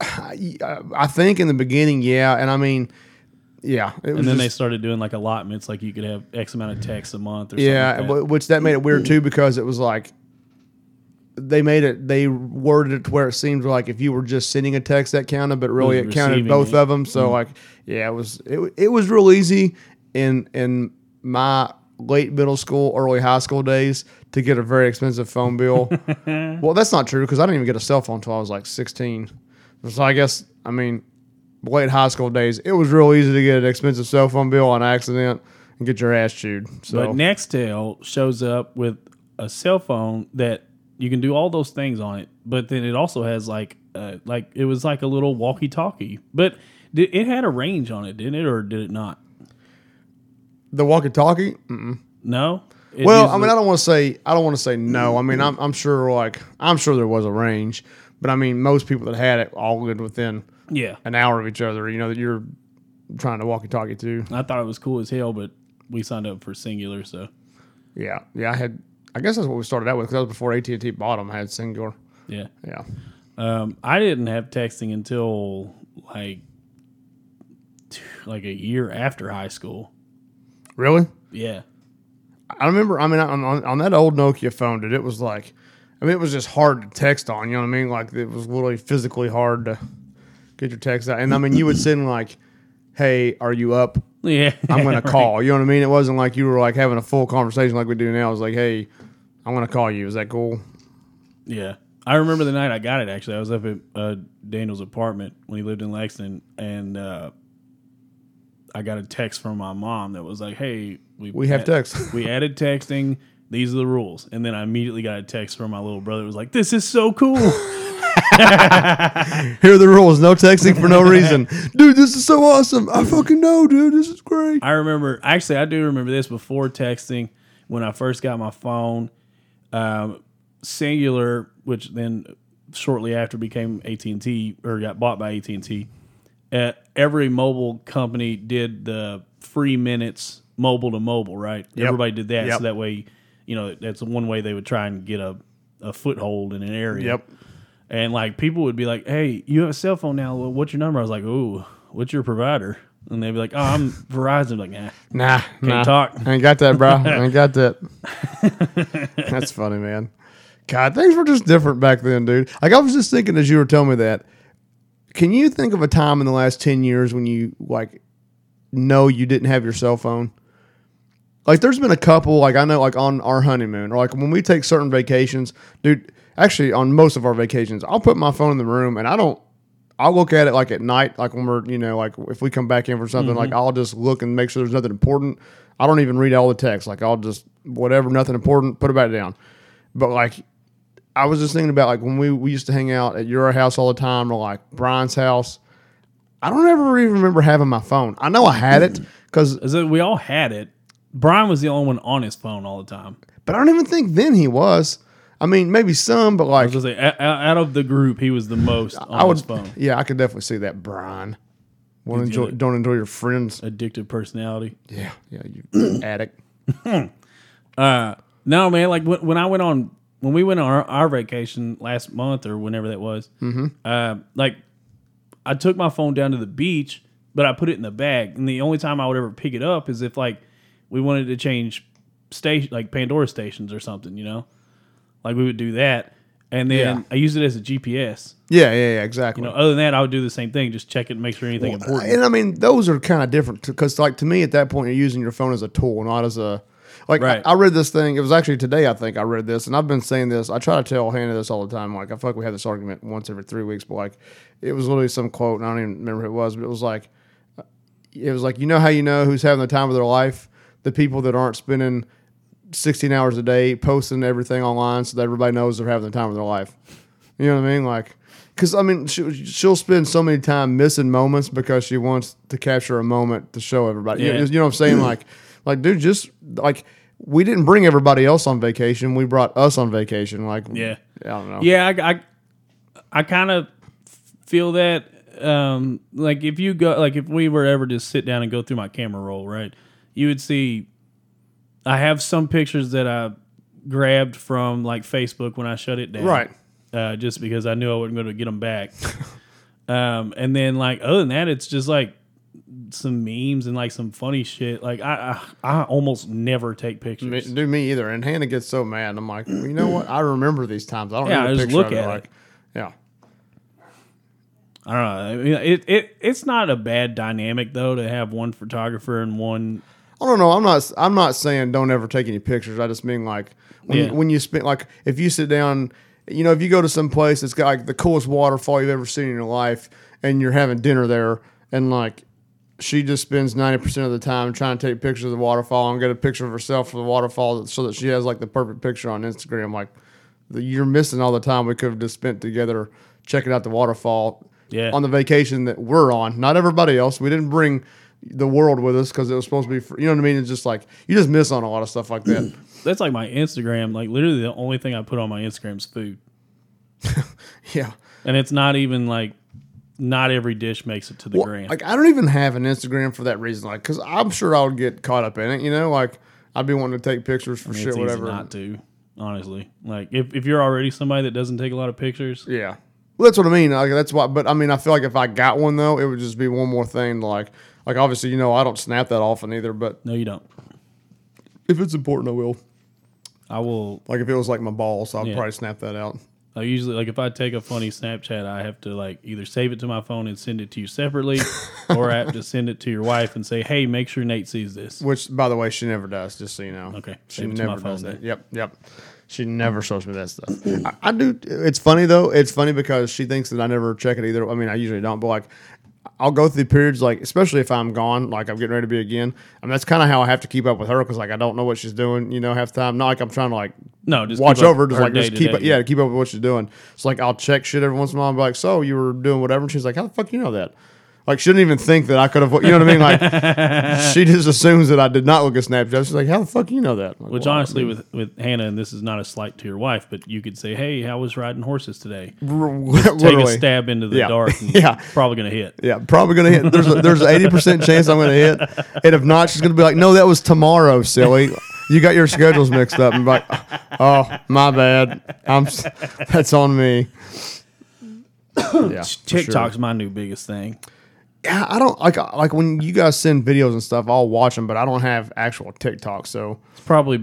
B: I I think in the beginning, yeah, and I mean, yeah, it was
A: And then they
B: just-
A: started doing like allotments, like you could have X amount of texts a month or
B: yeah,
A: something. like that. Mm-hmm.
B: wh- which that made it weird too because it was like they made it they worded it to where it seemed like if you were just sending a text that counted, but really
A: was
B: it counted
A: receiving
B: both
A: it. Mm-hmm.
B: of them. So like, yeah, it was it, wa- it was real easy in in my late middle school, early high school days to get a very expensive phone bill. well, that's not true because I didn't even get a cell phone until I was like sixteen. So I guess I mean late high school days, it was real easy to get an expensive cell phone bill on accident and get your ass chewed. So
A: But Nextel shows up with a cell phone that you can do all those things on it, but then it also has like uh, like it was like a little walkie-talkie, but did, it had a range on it, didn't it, or did it not?
B: the walkie-talkie.
A: No. It
B: Well,
A: used
B: I mean,
A: the-
B: I don't want to say I don't want to say no. I mean, I'm I'm sure like I'm sure there was a range, but I mean, most people that had it all lived within
A: yeah,
B: an hour of each other. You know that you're trying to walkie-talkie to.
A: I thought it was cool as hell, but we signed up for singular, so
B: Yeah, yeah. I had. I guess that's what we started out with. 'cause that was before AT and T bought 'em, I had singular.
A: yeah.
B: Yeah.
A: Um, I didn't have texting until like t- like a year after high school.
B: Really?
A: Yeah.
B: I remember. I mean, on, on, on that old Nokia phone, dude, it was like, I mean, it was just hard to text on. You know what I mean? Like it was literally physically hard to get your text out. And I mean, you would send like, "Hey, are you up?
A: Yeah.
B: I'm gonna call." You know what I mean? It wasn't like you were like having a full conversation like we do now. It was like, "Hey, I'm gonna call you. Is that cool?"
A: Yeah. I remember the night I got it, actually. I was up at uh, Daniel's apartment when he lived in Lexington, and uh, I got a text from my mom that was like, "Hey, we
B: We have text.
A: we added texting. These are the rules." And then I immediately got a text from my little brother. It was like, "This is so cool."
B: Here are the rules. No texting for no reason. dude, this is so awesome. I fucking know, dude. This is great.
A: I remember actually I do remember this before texting when I first got my phone. Um, Singular, which then shortly after became AT and T or got bought by AT and T. Uh, every mobile company did the free minutes mobile to mobile, right? Everybody did that,
B: Yep.
A: so that way, you know, that's one way they would try and get a, a foothold in an area.
B: Yep.
A: And like people would be like, "Hey, you have a cell phone now. Well, What's your number?" I was like, "Ooh, what's your provider?" And they'd be like, "Oh, I'm Verizon." I'm like, nah,
B: Nah, nah.
A: talk.
B: I ain't got that, bro. I ain't got that. That's funny, man. God, things were just different back then, dude. Like I was just thinking as you were telling me that. Can you think of a time in the last ten years when you like know you didn't have your cell phone? Like there's been a couple, like I know, like on our honeymoon, or like when we take certain vacations, dude. Actually, on most of our vacations, I'll put my phone in the room, and I don't. I'll look at it like at night, like when we're, you know, like if we come back in for something,
A: Mm-hmm.
B: like I'll just look and make sure there's nothing important. I don't even read all the text. Like I'll just whatever, nothing important, put it back down. But like, I was just thinking about like when we we used to hang out at your house all the time, or like Brian's house. I don't ever even remember having my phone. I know I had it because
A: Is that we all had it. Brian was the only one on his phone all the time.
B: But I don't even think then he was. I mean, maybe some, but like
A: I was gonna say, o- o- out of the group, he was the most on
B: I would.
A: his phone.
B: Yeah, I could definitely see that, Brian. Won't enjoy, don't enjoy your friends.
A: Addictive personality.
B: Yeah, yeah, you addict.
A: No, man. Like when, when I went on, when we went on our, our vacation last month or whenever that was, mm-hmm. uh, like I took my phone down to the beach, but I put it in the bag. And the only time I would ever pick it up is if like we wanted to change station, like Pandora stations or something, you know, like we would do that. And then
B: Yeah.
A: I used it as a GPS.
B: Yeah, yeah, yeah, exactly.
A: You know, other than that, I would do the same thing. Just check it, and make sure anything important.
B: And I mean, those are kind of different because, like, to me, at that point, you're using your phone as a tool, not as a. Like,
A: Right.
B: I, I read this thing. It was actually today, I think, I read this, and I've been saying this. I try to tell Hannah this all the time. Like, I feel like we have this argument once every three weeks, but, like, it was literally some quote, and I don't even remember who it was, but it was like, uh, it was like, you know how you know who's having the time of their life? The people that aren't spending 16 hours a day posting everything online so that everybody knows they're having the time of their life. You know what I mean? Like, because I mean, she, she'll spend so many time missing moments because she wants to capture a moment to show everybody. You-
A: Yeah.
B: You, know what I'm saying? like, like, dude, just like we didn't bring everybody else on vacation. We brought us on vacation. Like,
A: Yeah.
B: I don't know.
A: Yeah, I, I, I kind of feel that. Um, like if you go, like if we were ever to sit down and go through my camera roll, right, you would see. I have some pictures that I grabbed from like Facebook when I shut it down,
B: Right.
A: Uh, just because I knew I wasn't going to get them back. um, and then like other than that, it's just like some memes and like some funny shit. Like I, I, I almost never take pictures.
B: Me- do me either. And Hannah gets so mad. I'm like, well, you know what? I remember these times. I don't
A: Yeah,
B: need a
A: just
B: picture
A: look
B: of it.
A: at it.
B: Like, yeah.
A: I don't know. I mean, it, it it's not a bad dynamic though to have one photographer and one.
B: I don't know. I'm not. I'm not saying don't ever take any pictures. I just mean like when
A: Yeah.
B: when you spend like if you sit down, you know, if you go to some place that's got like the coolest waterfall you've ever seen in your life, and you're having dinner there, and like she just spends ninety percent of the time trying to take pictures of the waterfall and get a picture of herself for the waterfall, so that she has like the perfect picture on Instagram. Like the- you're missing all the time we could have just spent together checking out the waterfall
A: Yeah.
B: on the vacation that we're on. Not everybody else. We didn't bring the world with us because it was supposed to be. For, you know what I mean? It's just like you just miss on a lot of stuff like that.
A: That's like my Instagram. Like literally, the only thing I put on my Instagram is food,
B: yeah.
A: and it's not even like not every dish makes it to the grand.
B: Like I don't even have an Instagram for that reason. Like because I'm sure I would get caught up in it. You know, like I'd be wanting to take pictures for
A: it's
B: shit,
A: easy
B: whatever.
A: not to. Honestly, like if, if you're already somebody that doesn't take a lot of pictures,
B: Yeah. Well, that's what I mean. Like, that's why. But I mean, I feel like if I got one though, it would just be one more thing. to, Like, like obviously, you know, I don't snap that often either. But
A: no, you don't.
B: if it's important, I will.
A: I will.
B: Like if it was like my balls, I'd
A: Yeah.
B: probably snap that out.
A: I usually like if I take a funny Snapchat, I have to like either save it to my phone and send it to you separately, or I have to send it to your wife and say, "Hey, make sure Nate sees this."
B: Which, by the way, she never does. Just so you know.
A: Okay,
B: She
A: save it to my
B: never does
A: phone
B: that. Yep. Yep. She never shows me that stuff. I, I do. It's funny though. It's funny because she thinks that I never check it either. I mean, I usually don't. But like, I'll go through periods like, especially if I'm gone, like I'm getting ready to be again. I mean, that's kind of how I have to keep up with her because like I don't know what she's doing, you know, half the time. Not like I'm trying to like
A: No, just
B: watch
A: keep up
B: over, just
A: her
B: like just keep,
A: day-to-day.
B: up, yeah, keep up with what she's doing. So like I'll check shit every once in a while and be like, so you were doing whatever. And she's like, how the fuck you know that? Like she didn't even think that I could have, you know what I mean? Like she just assumes that I did not look at Snapchat. She's like, how the fuck you know that? I'm like,
A: Which
B: "Well, I
A: honestly, with with Hannah, and this is not a slight to your wife, but you could say, "Hey, how was riding horses today?" Take a
B: literally.
A: stab into the
B: Yeah.
A: dark. And
B: Yeah.
A: probably gonna hit.
B: Yeah, probably gonna hit. There's a, there's an eighty percent chance I'm gonna hit, and if not, she's gonna be like, "No, that was tomorrow, silly. You got your schedules mixed up." And be like, "Oh, my bad. I'm s- that's on me." Yeah, for sure.
A: TikTok's my new biggest thing.
B: Yeah, I don't like uh, like when you guys send videos and stuff. I'll watch them, but I don't have actual TikTok. So
A: It's probably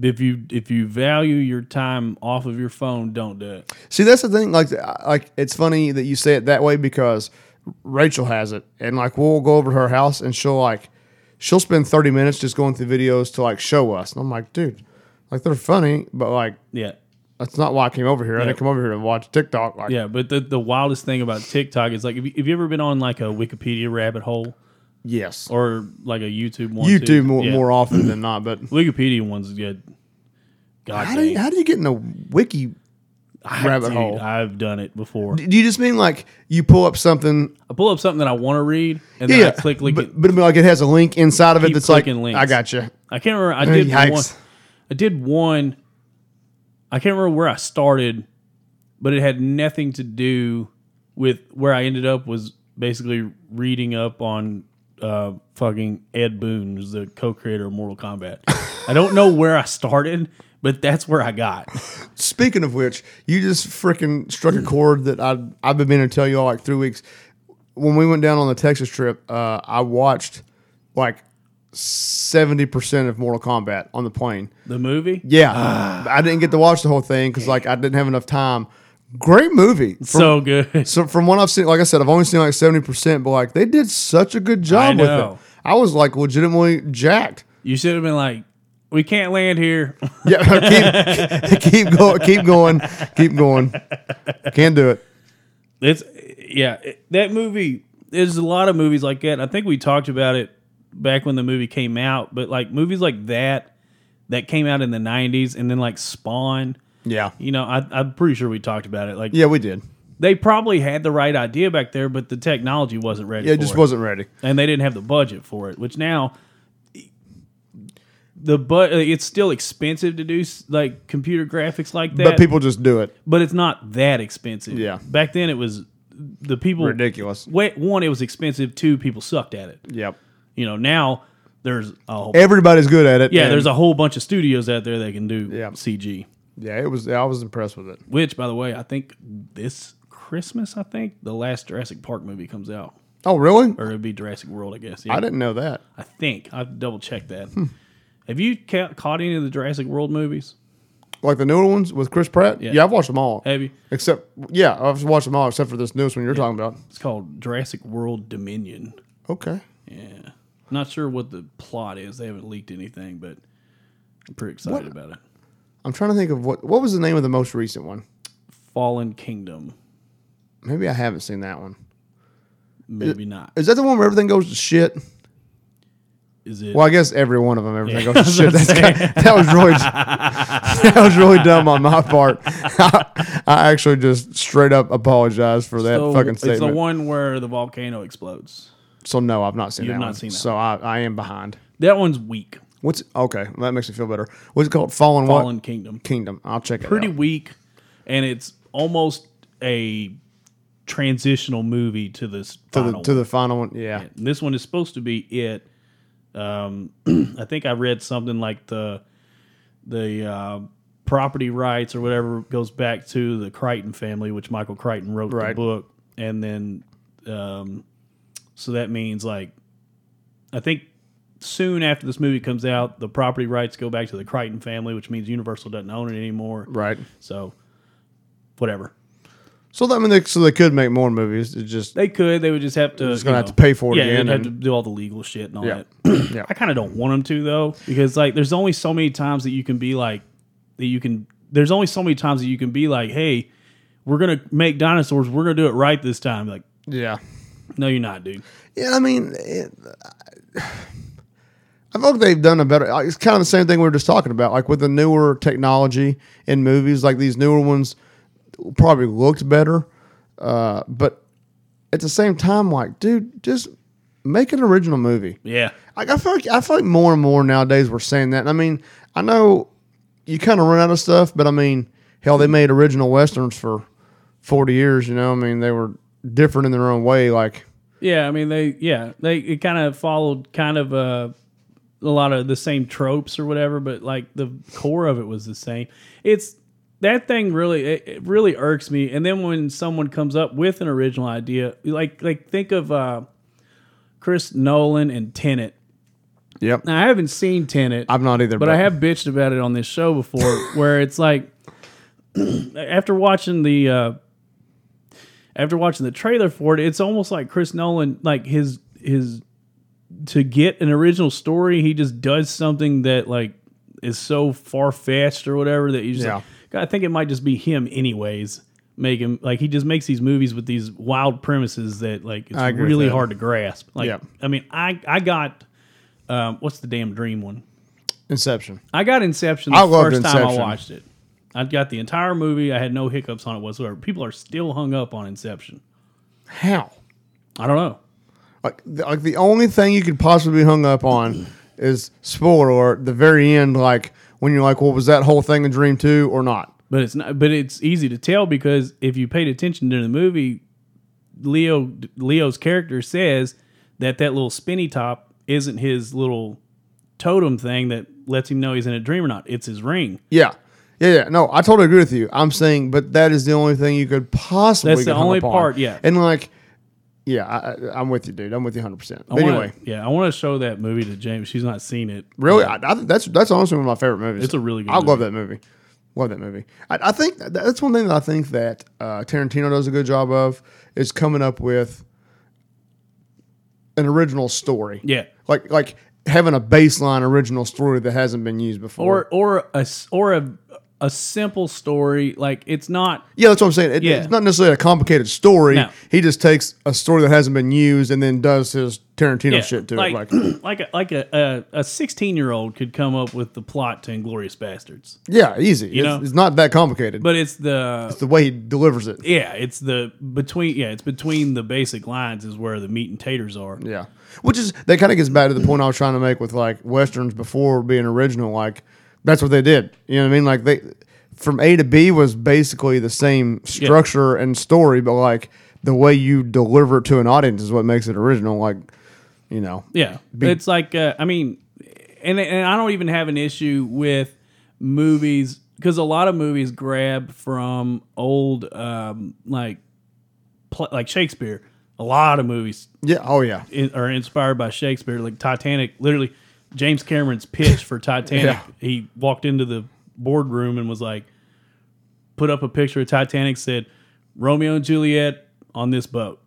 A: if you if you value your time off of your phone, don't do it.
B: see, that's the thing. Like I- like it's funny that you say it that way because Rachel has it, and like we'll go over to her house, and she'll like she'll spend thirty minutes just going through videos to like show us, and I'm like, dude. Like they're funny, but like
A: Yeah,
B: That's not why I came over here. I didn't come over here to watch TikTok. Like,
A: yeah. But the, the wildest thing about TikTok is like, have you, have you ever been on like a Wikipedia rabbit hole
B: Yes.
A: or like a YouTube one?
B: you
A: too?
B: do more,
A: Yeah.
B: more often than not, but
A: Wikipedia one's good. God,
B: how do, you,
A: dang.
B: how do you get in a wiki rabbit
A: Dude,
B: hole?
A: I've done it before.
B: Do you just mean like you pull up something?
A: I pull up something that I want to read, and then
B: Yeah.
A: I click link.
B: but, but I mean, like it has a link inside of it
A: Keep
B: that's like,
A: clicking links.
B: I got you.
A: I can't remember. I did
B: Yikes.
A: one. I did one. I can't remember where I started, but it had nothing to do with where I ended up. Was basically reading up on uh, fucking Ed Boon, who's the co-creator of Mortal Kombat. I don't know where I started, but that's where I got.
B: Speaking of which, you just freaking struck a chord that I I've been meaning to tell you all like three weeks. When we went down on the Texas trip, uh, I watched like seventy percent of Mortal Kombat on the plane.
A: The movie.
B: Yeah, I didn't get to watch the whole thing because like I didn't have enough time. Great movie. From, so,
A: so good.
B: from what I've seen, like I said, I've only seen like seventy percent, but like they did such a good job
A: I
B: with
A: know.
B: it. I was like legitimately jacked.
A: You should have been like, "We can't land here."
B: Yeah, keep, keep going, keep going, keep going. Can do it.
A: It's yeah, it- that movie. There's a lot of movies like that. I think we talked about it back when the movie came out, but like movies like that that came out in the '90s, and then like Spawn.
B: Yeah,
A: You know, I, I'm pretty sure we talked about it. Like
B: yeah, we did.
A: they probably had the right idea back there, but the technology wasn't ready.
B: Yeah, it
A: for
B: just
A: it.
B: wasn't ready.
A: and they didn't have the budget for it. Which now, the but it's still expensive to do s- like computer graphics like that
B: But people just do it.
A: but it's not that expensive.
B: Yeah.
A: Back then it was the people
B: Ridiculous.
A: Wa- One, it was expensive. Two, people sucked at it.
B: Yep.
A: You know, now there's a whole,
B: Everybody's good at it.
A: yeah,
B: and-
A: there's a whole bunch of studios out there that can do
B: Yeah.
A: CG.
B: yeah. It was. I was impressed with it.
A: Which, by the way, I think this Christmas, I think the last Jurassic Park movie comes out,
B: Oh, really?
A: or it'd be Jurassic World, I guess. Yeah,
B: I Hmm.
A: I,
B: didn't know that.
A: think I've double checked that. Have you ca- caught any of the Jurassic World movies?
B: Like the newer ones with Chris Pratt. Yeah, I've watched them all.
A: Have you?
B: Except, yeah, I've watched them all except for this newest one you're talking about.
A: It's called Jurassic World Dominion.
B: Okay.
A: Yeah. Not sure what the plot is. They haven't leaked anything, but I'm pretty excited about it.
B: I'm trying to think of what what was the name of the most recent one.
A: Fallen Kingdom.
B: Maybe I haven't seen that one.
A: Maybe not.
B: Is that the one where everything goes to shit?
A: Is it?
B: Well, I guess every one of them everything
A: Yeah,
B: goes to shit.
A: I was
B: That's
A: gonna
B: kind that was really that was really dumb on my part. I, actually just straight up apologize for that
A: So,
B: fucking
A: it's the
B: statement.
A: one where the volcano explodes.
B: so no, I've not seen
A: You've
B: that
A: not
B: one.
A: seen that
B: So I, I am behind.
A: That one's weak.
B: What's okay? That makes me feel better. What's it called? Fallen, what?
A: Fallen Kingdom.
B: Kingdom. I'll check it
A: Pretty
B: out.
A: weak, and it's almost a transitional movie to this
B: to
A: final
B: the to the final one. Yeah.
A: one. This one is supposed to be it. Um, I think I read something like the the uh, property rights or whatever goes back to the Crichton family, which Michael Crichton wrote the
B: Right.
A: book, and then um, so that means like I think soon after this movie comes out, the property rights go back to the Crichton family, which means Universal doesn't own it anymore.
B: Right.
A: So whatever
B: So that, I mean, they, so they could make more movies. It's just
A: they could, they would just have to
B: just gonna
A: you
B: have to pay for it
A: yeah,
B: again
A: they'd have
B: and-
A: to do all the legal shit and all
B: Yeah.
A: that.
B: Yeah.
A: I kind of don't want them to though, because like, there's only so many times that you can be like, that you can. There's only so many times that you can be like, hey, we're gonna make dinosaurs. We're gonna do it right this time. Like,
B: yeah,
A: No, you're not, dude.
B: Yeah, I mean, it, I feel like they've done a better. like, It's kind of the same thing we were just talking about, like with the newer technology in movies, like these newer ones probably looked better, uh, but at the same time, like, dude, just make an original movie.
A: Yeah.
B: Like, I feel like I feel like more and more nowadays we're saying that. And I mean, I know you kind of run out of stuff, but I mean, hell, they made original westerns for forty years. You know, I mean, they were different in their own way, like.
A: Yeah, I mean they yeah, they it kind of followed kind of uh, a lot of the same tropes or whatever, but like the core of it was the same. It's that thing really it, it really irks me. And then when someone comes up with an original idea, like like think of uh, Chris Nolan and Tenet.
B: Yep.
A: Now I haven't seen Tenet.
B: I'm not either.
A: but I have bitched about it on this show before, where it's like after watching the uh, after watching the trailer for it, it's almost like Chris Nolan, like his his to get an original story, he just does something that like is so far fetched or whatever that you just like,
B: Yeah.
A: God, I think it might just be him anyways. Make him like he just makes these movies with these wild premises that like it's
B: I agree with
A: really
B: that.
A: hard to grasp. Like
B: Yeah.
A: I mean, I I got um, what's the damn dream one?
B: Inception.
A: I got Inception the
B: I loved
A: first time I
B: Inception.
A: watched it. I got the entire movie. I had no hiccups on it whatsoever. People are still hung up on Inception.
B: How?
A: I don't know.
B: Like, th- like the only thing you could possibly be hung up on is spoiler alert, the very end, like when you're like, well, was that whole thing a dream too or not?
A: But it's not but it's easy to tell because if you paid attention during the movie, Leo Leo's character says that that little spinny top isn't his little totem thing that lets him know he's in a dream or not. It's his ring.
B: Yeah. Yeah, yeah, no, I totally agree with you. I'm saying, but that is the only thing you could possibly.
A: That's the
B: get hung
A: only
B: up on.
A: part, yeah.
B: and like, yeah, I, I- I'm with you, dude. I'm with you 100. percent
A: I wanna-
B: Anyway,
A: yeah, I want to show that movie to James. She's not seen it.
B: really, I, I, think that's that's honestly one of my favorite movies.
A: It's a really good
B: I love that movie. Love that movie. I, I think that- that's one thing that I think that uh, Tarantino does a good job of is coming up with an original story.
A: Yeah.
B: like like having a baseline original story that hasn't been used before.
A: or or a s- or a a simple story like it's not
B: yeah, that's what I'm saying. It-
A: Yeah.
B: It's not necessarily a complicated story.
A: No.
B: He just takes a story that hasn't been used and then does his Tarantino shit to
A: like,
B: it. Like,
A: like a, like a a 16 year old could come up with the plot to Inglorious Bastards
B: yeah, easy. it's,
A: know?
B: it's not that complicated. But
A: but it's the
B: the way he delivers it.
A: yeah it's the between yeah it's between the basic lines is where the meat and taters are
B: Yeah. Which is that kind of gets back to the point I was trying to make with like westerns before being original. Like that's what they did. You know what I mean? Like they from A to B was basically the same structure and story, but like the way you deliver it to an audience is what makes it original. Like you know,
A: Yeah, it's like uh, I mean, and and I don't even have an issue with movies because a lot of movies grab from old um, like pl- like Shakespeare. A lot of movies
B: yeah. Oh yeah.
A: in, are inspired by Shakespeare, like Titanic. Literally, James Cameron's pitch for Titanic.
B: Yeah.
A: He walked into the boardroom and was like, put up a picture of Titanic. Said Romeo and Juliet on this boat.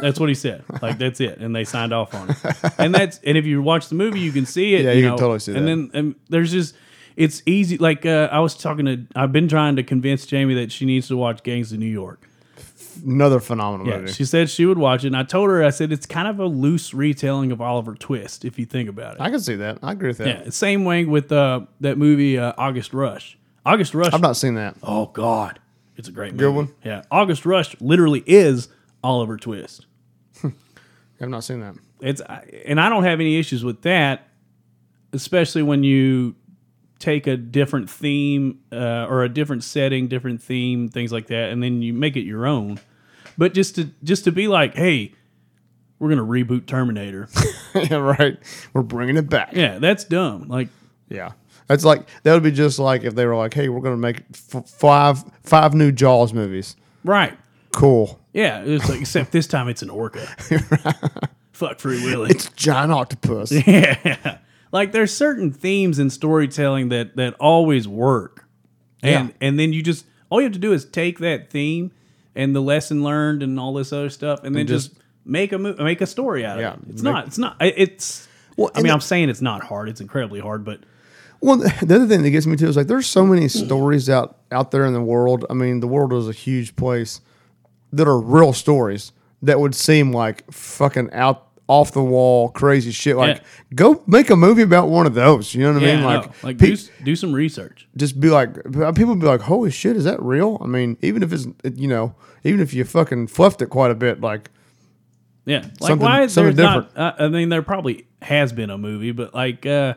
A: That's what he said. Like that's it, and they signed off on it. And that's and if you watch the movie, you can see it.
B: Yeah, you can totally see
A: And
B: that.
A: then and there's just it's easy. Like uh, I was talking to, I've been trying to convince Jamie that she needs to watch Gangs of New York.
B: Another phenomenal
A: Yeah,
B: movie.
A: she said she would watch it, and I told her, I said it's kind of a loose retelling of Oliver Twist, if you think about it.
B: I can see that. I agree with that.
A: Yeah, same way with uh, that movie uh, August Rush. August Rush.
B: I've not seen that.
A: oh God, it's a great movie.
B: one?
A: Yeah, August Rush literally is Oliver Twist.
B: I've not seen that.
A: It's I- and I don't have any issues with that, especially when you take a different theme uh, or a different setting, different theme, things like that, and then you make it your own. But just to just to be like, hey, we're gonna reboot Terminator.
B: yeah, right. We're bringing it back.
A: yeah, that's dumb. Like,
B: Yeah. That's like that would be just like if they were like, "Hey, we're gonna make f- five five new Jaws movies."
A: right?
B: Cool.
A: Yeah, it's like except this time it's an orca. Fuck Free Willy.
B: It's a giant octopus.
A: yeah. Like there's certain themes in storytelling that that always work. And and then you just all you have to do is take that theme and the lesson learned and all this other stuff and then just,
B: just-
A: make a mo- make a story out
B: Yeah,
A: of it. It's
B: make-
A: not it's not I- it's
B: Well,
A: I
B: and
A: mean,
B: the-
A: I'm saying it's not hard. It's incredibly hard, but
B: well, the other thing that gets me too is like there's so many stories out out there in the world. I mean, the world is a huge place that are real stories, that would seem like fucking out off the wall crazy shit. Like,
A: Yeah.
B: go make a movie about one of those. You know what I
A: Yeah,
B: mean?
A: like,
B: Like,
A: like
B: pe-
A: do, s- do some research.
B: just be like, people be like, holy shit, is that real? I mean, even if it's, you know, even if you fucking fluffed it quite a bit, like,
A: Yeah, like
B: Something-
A: why is there
B: something
A: not? uh, I I mean, there probably has been a movie, but like, uh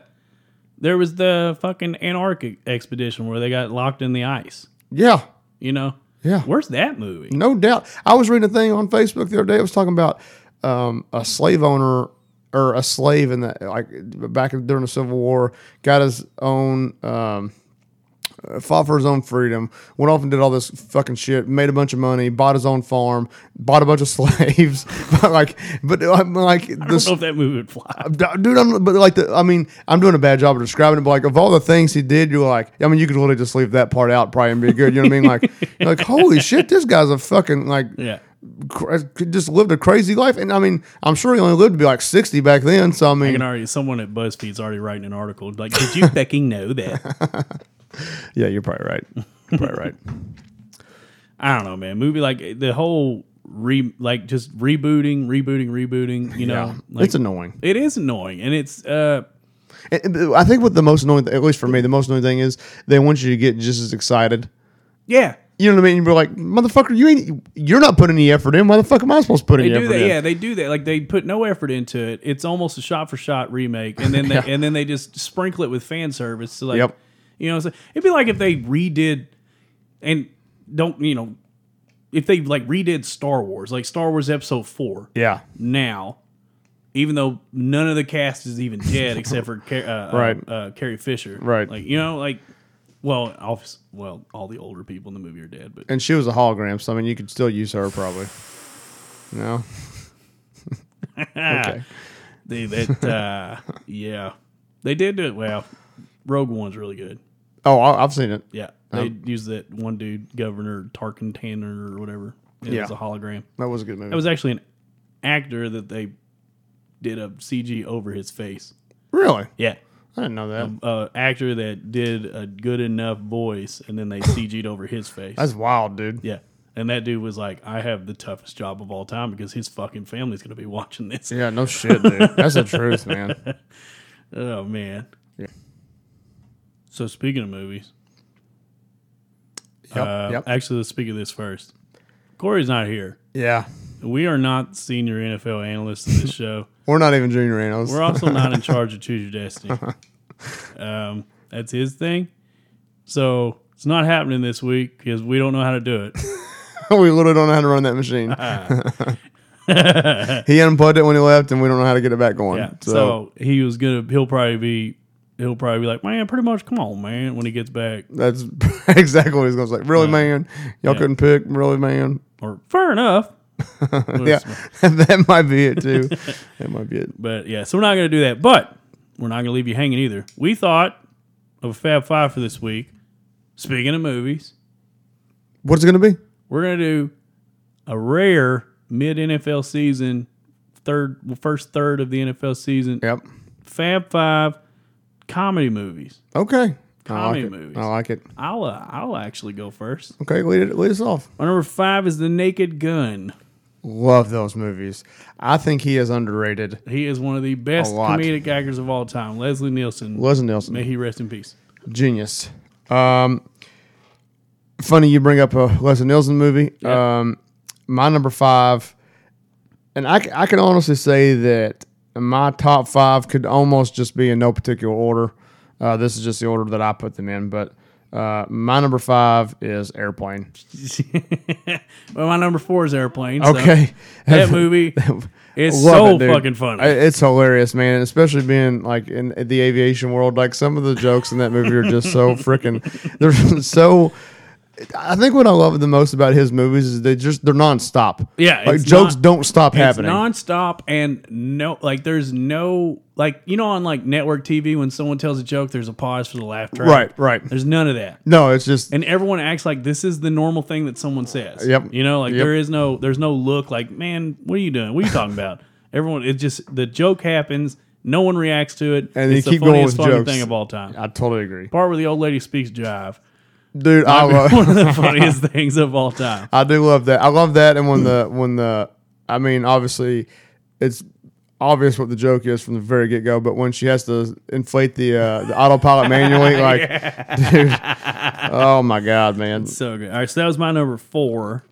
A: there was the fucking Antarctic expedition where they got locked in the ice.
B: yeah,
A: You know,
B: Yeah.
A: Where's that movie?
B: No doubt. I was reading a thing on Facebook the other day. It was talking about um, a slave owner or a slave in the like back during the Civil War got his own. Um, uh, Fought for his own freedom, went off and did all this fucking shit, made a bunch of money, bought his own farm, bought a bunch of slaves, but like, but I'm like,
A: I don't know if that movie would fly.
B: dude, I'm but like the, I mean, I'm doing a bad job of describing it, but like of all the things he did, you're like, I mean, you could literally just leave that part out, probably and be good. You know what I mean? Like, you're like holy shit, this guy's a fucking like,
A: Yeah,
B: cra- just lived a crazy life, and I mean, I'm sure he only lived to be like 60 back then. So I
A: I can
B: mean,
A: already. Someone at BuzzFeed's already writing an article. Like, did you fucking know that?
B: yeah, you're probably right. You're probably right.
A: I don't know, man. Movie like the whole re like just rebooting, rebooting, rebooting. You know, like,
B: it's annoying.
A: it is annoying, and it's uh
B: And- and I think what the most annoying, at least for me, the most annoying thing is they want you to get just as excited.
A: yeah.
B: You know what I mean? You're like, motherfucker, you ain't, you're not putting any effort in. Why the fuck am I supposed to put any
A: They do
B: effort
A: that,
B: in?
A: yeah. They do that. Like they put no effort into it. It's almost a shot for shot remake, and then they, and then they just sprinkle it with fan service. To like,
B: Yep.
A: you know, so it'd be like if they redid and don't you know if they like redid Star Wars, like Star Wars Episode Four
B: yeah.
A: now, even though none of the cast is even dead except for Car- uh, uh,
B: Right.
A: uh, Carrie Fisher,
B: Right.
A: Like you know, like well, obvious, well, all the older people in the movie are dead, but
B: And she was a hologram, so I mean, you could still use her probably. No. okay.
A: They that uh, yeah, they did do it well. Rogue One's really good.
B: Oh, I, I've seen it.
A: Yeah, they
B: Um,
A: used that one dude, Governor Tarkin Tanner or whatever. It
B: Yeah.
A: was a hologram.
B: That was a good movie.
A: That was actually an actor that they did a CG over his face.
B: really?
A: Yeah,
B: I didn't know that.
A: uh, actor that did a good enough voice, and then they CG'd over his face.
B: That's wild, dude.
A: yeah. And that dude was like, I have the toughest job of all time because his fucking family's going to be watching this.
B: Yeah, no shit, dude. That's the truth, man.
A: Oh man.
B: Yeah.
A: So speaking of movies,
B: Yep.
A: uh,
B: yep.
A: actually let's speak of this first. Corey's not here.
B: Yeah.
A: We are not senior NFL analysts in this show.
B: We're not even junior analysts.
A: We're also not in charge of Choose Your Destiny. Um, that's his thing. So it's not happening this week because we don't know how to do it.
B: we literally don't know how to run that machine. he unplugged it when he left, and we don't know how to get it back going.
A: Yeah.
B: So,
A: so he was gonna. He'll probably be. He'll probably be like, man, pretty much. Come on, man. When he gets back,
B: that's exactly what he's going to say. Really, man? Y'all couldn't pick? Really, man?
A: or fair enough.
B: Yeah. that might be it, too. that might be it.
A: But yeah, so we're not going to do that. But we're not going to leave you hanging either. We thought of a Fab Five for this week. Speaking of movies,
B: What's it going to be?
A: we're going to do a rare mid NFL season, third first third of the NFL season,
B: Yep.
A: Fab Five comedy movies.
B: Okay.
A: Comedy
B: I like
A: movies.
B: It. I like it.
A: I'll uh, I'll actually go first.
B: Okay, lead it lead us off.
A: My number five is The Naked Gun.
B: Love those movies. I think he is underrated.
A: He is one of the best
B: lot.
A: comedic actors of all time. Leslie Nielsen.
B: Leslie Nelson,
A: May he rest in peace.
B: genius. Um, funny you bring up a Leslie Nielsen movie. Um, my number five, and I, c- I can honestly say that my top five could almost just be in no particular order. Uh, this is just the order that I put them in, but uh, my number five is Airplane.
A: well, my number four is Airplane. so-
B: Okay,
A: that movie is so
B: Love it, dude.
A: fucking funny.
B: I- It's hilarious, man. Especially being like in the aviation world, like some of the jokes in that movie are just so freaking. They're so. I think what I love the most about his movies is they just they're nonstop.
A: Yeah,
B: like
A: it's
B: jokes
A: not-
B: don't stop
A: it's
B: happening.
A: nonstop and no, like there's no, like you know, on like network TV when someone tells a joke, there's a pause for the laugh track.
B: right, right.
A: There's none of that,
B: No, it's just
A: and everyone acts like this is the normal thing that someone says.
B: Yep.
A: You know, like
B: Yep.
A: there is no, there's no look like, man, what are you doing? What are you talking about? Everyone, it just the joke happens. No one reacts to it,
B: And
A: it's
B: they
A: the
B: keep going
A: funniest
B: with
A: fucking
B: jokes.
A: thing of all time.
B: I totally agree,
A: Part where the old lady speaks jive,
B: dude. I love
A: one of the funniest things of all time.
B: I do love that. I love that, and when the when the I mean, obviously, it's obvious what the joke is from the very get go. But when she has to inflate the uh, the autopilot manually, like, dude, oh my god, man!
A: So good. All right, so that was my number four.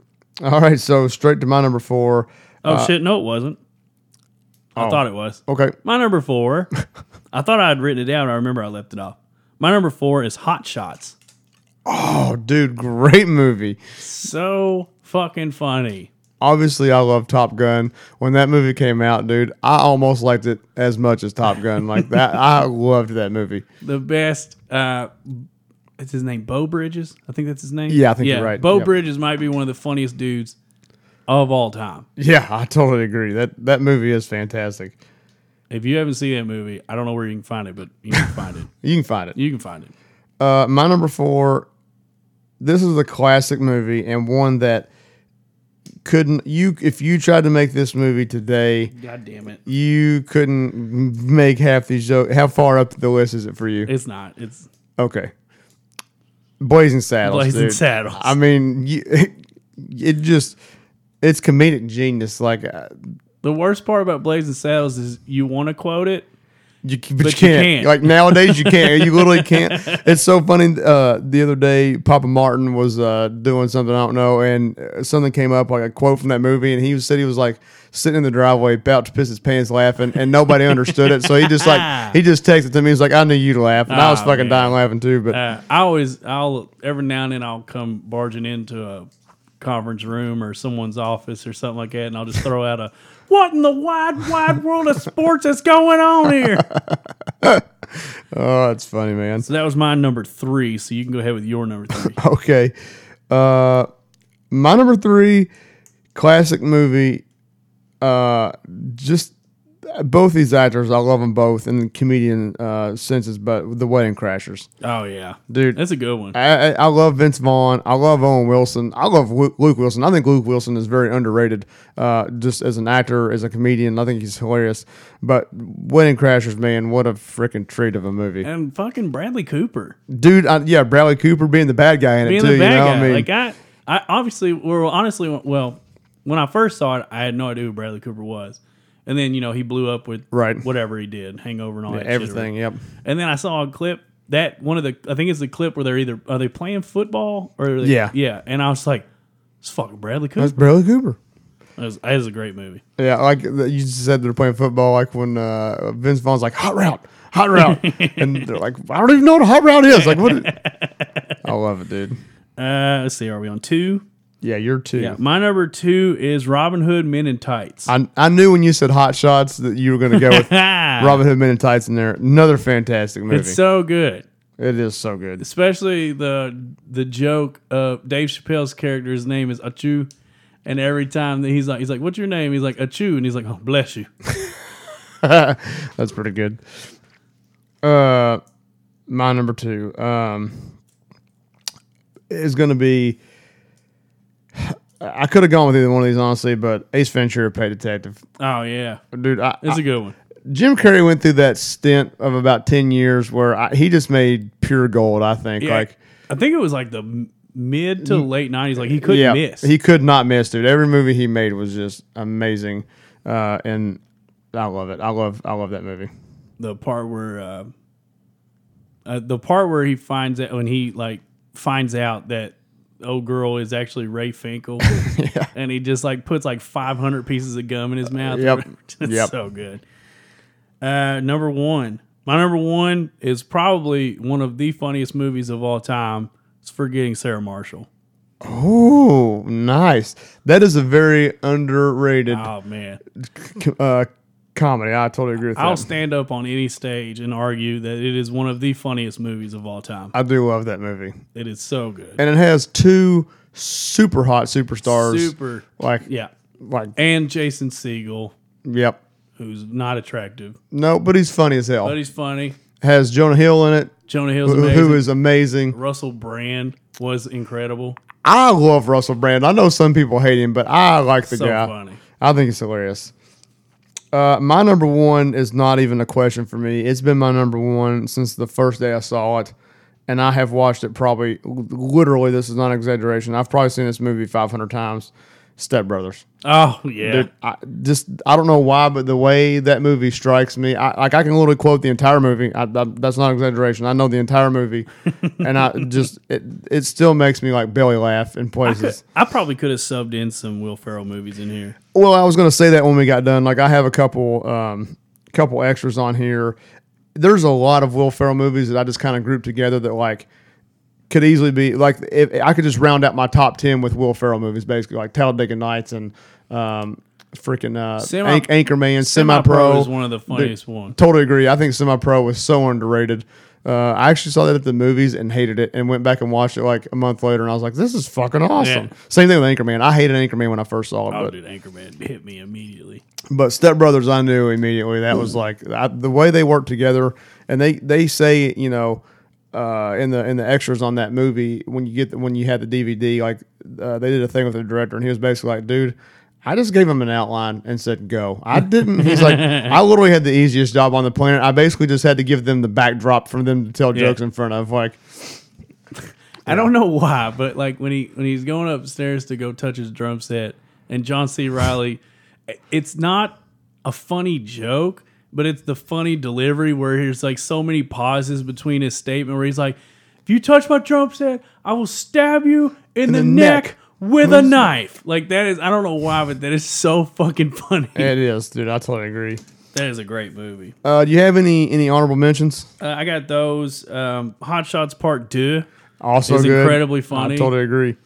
B: All right, so straight to my number four.
A: Oh
B: Uh,
A: shit, no, it wasn't.
B: oh.
A: I thought it was.
B: Okay,
A: My number four. I thought I had written it down. I remember I left it off. My number four is Hot Shots.
B: oh dude, great movie.
A: So fucking funny.
B: Obviously, I love Top Gun. When that movie came out, dude, I almost liked it as much as Top Gun. Like that, I loved that movie.
A: The best. Uh, it's his name, Bo Bridges. I think that's his name.
B: Yeah, I think you're right.
A: Bo
B: Yeah.
A: Bridges might be one of the funniest dudes of all time.
B: Yeah, I totally agree. That that movie is fantastic.
A: If you haven't seen that movie, I don't know where you can find it, but you can find it.
B: You can find it.
A: You can find it.
B: Uh, my number four. This is a classic movie and one that couldn't you if you tried to make this movie today,
A: God damn it.
B: you couldn't make half these jokes. How far up the list is it for you?
A: It's not. It's
B: Okay, Blazing Saddles.
A: Blazing
B: dude.
A: Saddles.
B: I mean, you, it just it's comedic genius. Like uh,
A: the worst part about Blazing Saddles is you want to quote it,
B: You, c- but,
A: But
B: you,
A: you
B: can't.
A: can't.
B: Like nowadays, you can't. You literally can't. It's so funny. Uh, the other day, Papa Martin was uh, doing something I don't know, and uh, something came up like a quote from that movie, and he was, said he was like sitting in the driveway, about to piss his pants, laughing, and nobody understood it. So he just like he just texted to me. He's like, "I knew you'd laugh," and I was
A: Oh,
B: fucking
A: man.
B: dying laughing too. But
A: Uh, I always, I'll every now and then I'll come barging into a conference room or someone's office or something like that, and I'll just throw out a "What in the wide, wide world of sports is going on here?"
B: oh, it's funny, man.
A: So that was my number three. So you can go ahead with your number three.
B: Okay, uh, my number three classic movie. Uh, just uh, both these actors, I love them both in comedian uh, senses, but the Wedding Crashers,
A: Oh yeah,
B: dude.
A: that's a good one.
B: I, I I love Vince Vaughn. I love Owen Wilson. I love Lu- Luke Wilson. I think Luke Wilson is very underrated, uh, just as an actor, as a comedian. I think he's hilarious. But Wedding Crashers, man, what a freaking treat of a movie,
A: And fucking Bradley Cooper
B: dude. I, yeah, Bradley Cooper being the bad guy in
A: being
B: it too.
A: the bad
B: you know
A: guy.
B: what I mean?
A: Like I, I obviously, well, honestly, well, when I first saw it, I had no idea who Bradley Cooper was. And then you know he blew up with
B: Right.
A: whatever he did, Hangover and all that shit or
B: Everything. Yep.
A: And then I saw a clip that one of the I think it's the clip where they're either are they playing football or are they-
B: Yeah.
A: yeah. And I was like, it's fucking Bradley
B: That's
A: Cooper.
B: Bradley Cooper.
A: That was, that was a great movie.
B: Yeah, like the- you just said, they're playing football. Like when uh, Vince Vaughn's like hot route, hot route, and they're like, I don't even know what a hot route is. Like what? is-" I love it, dude.
A: Uh, let's see, are we on two?
B: Yeah, you're two.
A: Yeah, my number two is Robin Hood Men in Tights.
B: I, I knew when you said hot shots that you were going to go with
A: Ah,
B: Robin Hood Men in Tights in there. Another fantastic movie.
A: it's so good,
B: it is so good.
A: especially the the joke of Dave Chappelle's character's name is Achu, and every time that he's like he's like, "What's your name?" He's like Achu, and he's like, "Oh, bless you."
B: That's pretty good. Uh, my number two um, is going to be. I could have gone with either one of these honestly, but Ace Ventura, Pay Detective,
A: Oh yeah,
B: dude. I,
A: it's a good one.
B: Jim Carrey went through that stint of about ten years where I, he just made pure gold. I think,
A: Yeah,
B: like,
A: I think it was like the m- mid to late nineties. Like he couldn't
B: yeah,
A: miss.
B: he could not miss, dude. Every movie he made was just amazing, uh, and I love it. I love, I love that movie.
A: the part where uh, uh, the part where he finds out when he like finds out that the old girl is actually Ray Finkel, and he just like puts like five hundred pieces of gum in his mouth. or
B: Uh, Yep.
A: whatever. it's
B: Yep.
A: so good. Uh, number one, my number one is probably one of the funniest movies of all time. It's Forgetting Sarah Marshall.
B: Oh, nice. That is a very underrated
A: Oh man,
B: c- uh, comedy. I totally agree with
A: I'll
B: that.
A: stand up on any stage and argue that it is one of the funniest movies of all time.
B: I do love that movie,
A: It is so good.
B: and it has two super hot superstars.
A: Super.
B: Like,
A: Yeah.
B: like,
A: And Jason Segel,
B: yep.
A: who's not attractive,
B: No, but he's funny as hell.
A: but he's funny.
B: has Jonah Hill in it,
A: Jonah Hill's
B: who-
A: amazing.
B: who is amazing.
A: Russell Brand was incredible.
B: I love Russell Brand. I know some people hate him, but I like the
A: So
B: guy.
A: funny.
B: I think it's hilarious. Uh, my number one is not even a question for me. It's been my number one since the first day I saw it, and I have watched it probably literally. This is not an exaggeration. I've probably seen this movie 500 times, Step Brothers.
A: Oh yeah,
B: Dude, I just I don't know why, but the way that movie strikes me, I, like I can literally quote the entire movie. I, I- that's not an exaggeration. I know the entire movie, and I just it, it still makes me like belly laugh in places.
A: I probably could have subbed in some Will Ferrell movies in here.
B: Well, I was going to say that when we got done. Like, I have a couple, um, couple extras on here. There's a lot of Will Ferrell movies that I just kind of grouped together that like could easily be like if I could just round out my top ten with Will Ferrell movies, basically like Talladega Nights and um, freaking uh,
A: Semi-
B: Anch- Anchorman, Semi Pro.
A: is one of the funniest ones.
B: Totally agree. I think Semi Pro was so underrated. Uh, I actually saw that at the movies and hated it, and went back and watched it like a month later, and I was like, "This is fucking awesome."
A: Yeah.
B: Same thing with Anchorman. I hated Anchorman when I first saw it,
A: Oh,
B: but
A: dude, Anchorman hit me immediately.
B: but Step Brothers, I knew immediately that was like I, the way they work together, and they they say you know uh, in the in the extras on that movie when you get the, when you had the DVD, like uh, they did a thing with the director, and he was basically like, dude. I just gave him an outline and said go. I didn't. He's like, I literally had the easiest job on the planet. I basically just had to give them the backdrop for them to tell
A: Yeah.
B: jokes in front of. Like,
A: I don't know why, but like when he when he's going upstairs to go touch his drum set, and John C. Riley, it's not a funny joke, but it's the funny delivery where there's like so many pauses between his statement where he's like, "If you touch my drum set, I will stab you in, the,
B: the
A: neck." Mm-hmm.
B: neck.
A: With a knife, like that is—I don't know why, but that is so fucking funny.
B: it is, dude. I totally agree.
A: That is a great movie.
B: Uh, do you have any any honorable mentions?
A: Uh, I got those. Um, Hot Shots Part Two.
B: also
A: is
B: good.
A: incredibly funny.
B: I totally agree.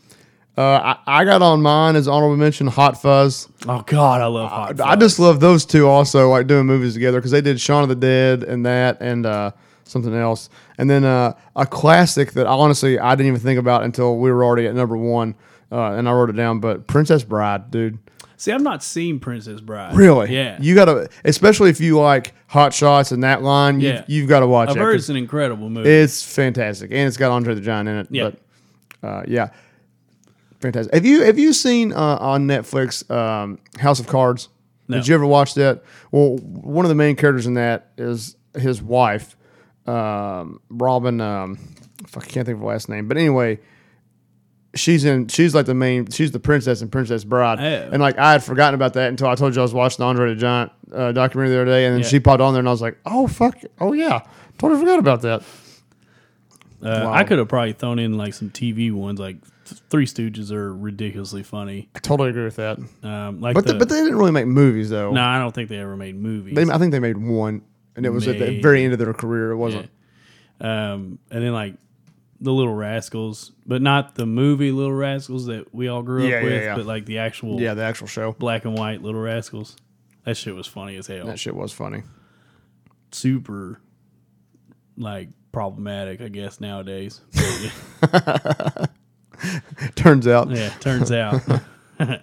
B: Uh, I, I got on mine as honorable mention Hot Fuzz.
A: Oh God, I love Hot.
B: I
A: Fuzz.
B: just love those two also like doing movies together because they did Shaun of the Dead and that and uh, something else. And then uh, a classic that honestly I didn't even think about until we were already at number one uh, and I wrote it down. But Princess Bride, dude.
A: See, I've not seen Princess Bride.
B: Really?
A: Yeah.
B: You gotta, especially if you like Hot Shots and that line.
A: Yeah.
B: You've, you've got to watch
A: I've
B: it.
A: heard
B: 'cause-
A: it's an incredible movie.
B: It's fantastic, and it's got Andre the Giant in it.
A: Yeah.
B: But, uh, yeah, fantastic. Have you have you seen uh, on Netflix um, House of Cards? Did you ever watch that? Well, one of the main characters in that is his wife, um, Robin. Um, fuck, I can't think of her last name, but anyway. She's in. She's like the main. She's the princess in Princess Bride,
A: Oh.
B: and like I had forgotten about that until I told you I was watching the Andre the Giant uh, documentary the other day, and then
A: Yeah.
B: she popped on there, and I was like, "Oh fuck! Oh yeah, totally forgot about that."
A: uh, I could have probably thrown in like some TV ones, like th- Three Stooges are ridiculously funny.
B: I totally agree with that.
A: Um, like,
B: But
A: the,
B: the, but they didn't really make movies though.
A: no, I don't think they ever made movies.
B: They, I think they made one, and it was at the
A: Maybe.
B: very end of their career. It wasn't.
A: um, and then like the Little Rascals, but not the movie Little Rascals that we all grew
B: Yeah,
A: up
B: yeah,
A: with,
B: yeah.
A: but like the actual
B: Yeah, the actual show.
A: black and white Little Rascals. That shit was funny as hell.
B: That shit was funny.
A: Super, like problematic, I guess nowadays.
B: Turns out,
A: Yeah, turns out. but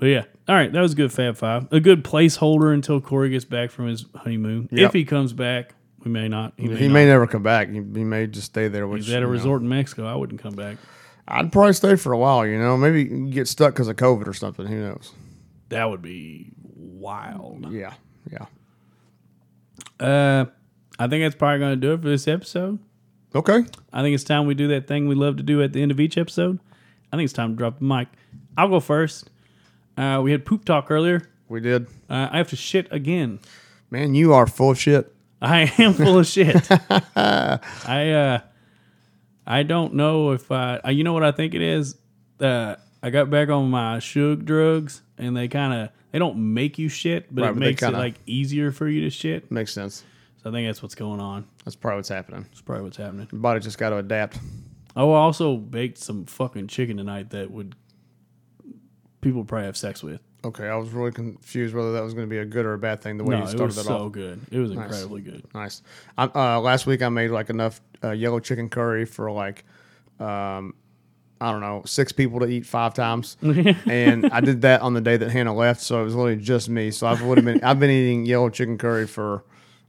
A: yeah, all right, that was a good Fab Five. A good placeholder until Corey gets back from his honeymoon. If
B: Yep.
A: he comes back, we may not. He may
B: he
A: not.
B: may never come back. He, he may just stay there. Which
A: He's at a
B: you know,
A: resort in Mexico. I wouldn't come back.
B: I'd probably stay for a while. You know, maybe you get stuck because of COVID or something. Who knows?
A: That would be wild.
B: Yeah, yeah.
A: Uh, I think that's probably going to do it for this episode.
B: Okay.
A: I think it's time we do that thing we love to do at the end of each episode. I think it's time to drop the mic. I'll go first. Uh, we had poop talk earlier.
B: We did.
A: Uh, I have to shit again.
B: Man, you are full of shit.
A: I am full of shit. I uh, I don't know if I. uh, You know what I think it is. Uh, I got back on my sugar drugs, and they kind of they don't make you shit, but
B: Right,
A: it
B: but they
A: makes
B: kinda-
A: it like easier for you to shit.
B: Makes sense.
A: So I think that's what's going on.
B: That's probably what's happening.
A: That's probably what's happening.
B: Your body just got to adapt.
A: Oh, I also baked some fucking chicken tonight that would people would probably have sex with.
B: Okay, I was really confused whether that was going to be a good or a bad thing. The way
A: No,
B: you
A: it
B: started
A: was
B: that
A: so
B: off.
A: good. It was incredibly good.
B: Nice. I, uh, last week I made like enough uh, yellow chicken curry for like, um, I don't know, six people to eat five times, and I did that on the day that Hannah left, so it was literally just me. So I've would have been I've been eating yellow chicken curry for.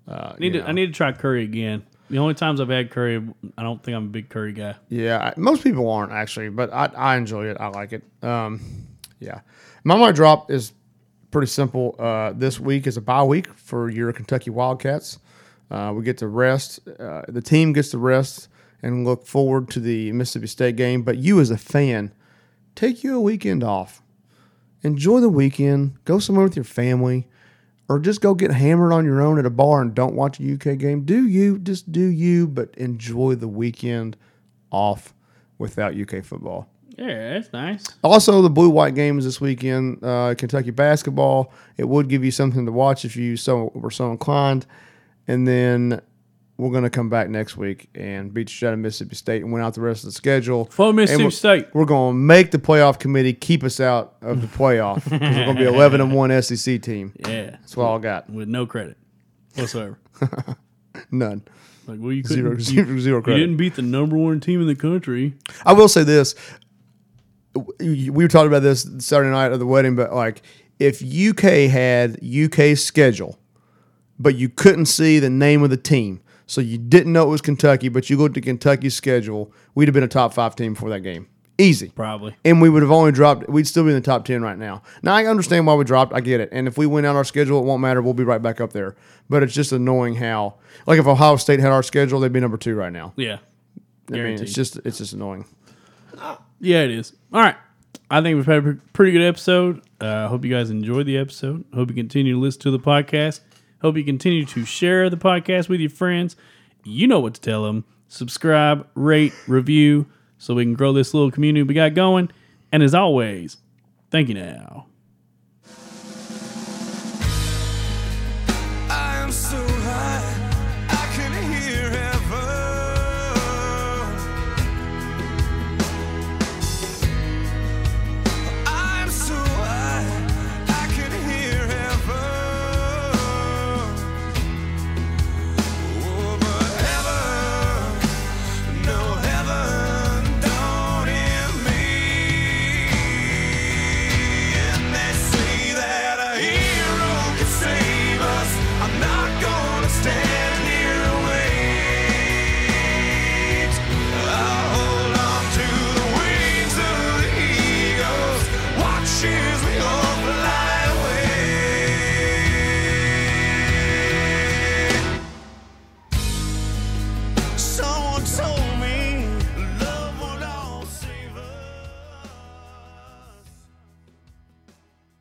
B: Uh,
A: Need
B: you
A: to,
B: know.
A: I need to try curry again. The only times I've had curry, I don't think I'm a big curry guy.
B: Yeah, I, most people aren't actually, but I, I enjoy it. I like it. Um, yeah, my mic drop is pretty simple. Uh, this week is a bye week for your Kentucky Wildcats. Uh, we get to rest. Uh, the team gets to rest and look forward to the Mississippi State game. But you, as a fan, take you a weekend off. Enjoy the weekend. Go somewhere with your family, or just go get hammered on your own at a bar and don't watch a UK game. Do you just do you? But enjoy the weekend off without UK football.
A: Yeah, that's nice.
B: Also, the blue white games this weekend, uh, Kentucky basketball. It would give you something to watch if you so were so inclined. And then we're going to come back next week and beat the shit out of Mississippi State and win out the rest of the schedule.
A: For
B: And
A: Mississippi
B: we're-
A: State.
B: We're going to make the playoff committee keep us out of the playoff 'cause we're going to be 11 and 1 SEC team.
A: Yeah,
B: That's all I got.
A: with no credit whatsoever.
B: None.
A: Like, well, you couldn't.
B: Zero,
A: you,
B: zero, zero
A: you
B: credit.
A: didn't beat the number one team in the country.
B: I will say this. We were talking about this Saturday night at the wedding, but like if UK had UK schedule, but you couldn't see the name of the team, so you didn't know it was Kentucky, but you looked at Kentucky's schedule, we'd have been a top five team before that game. Easy
A: Probably.
B: and we would have only dropped. We'd still be in the top ten right now. Now I understand why we dropped. I get it. And if we win out our schedule, it won't matter. We'll be right back up there. But it's just annoying how, like, if Ohio State had our schedule, they'd be number two right now.
A: Yeah.
B: I mean,
A: Guaranteed.
B: it's just it's just annoying.
A: Yeah, it is. All right. I think we've had a pretty good episode. Uh, I hope you guys enjoyed the episode. Hope you continue to listen to the podcast. Hope you continue to share the podcast with your friends. You know what to tell them. Subscribe, rate, review, so we can grow this little community we got going. And as always, thank you now.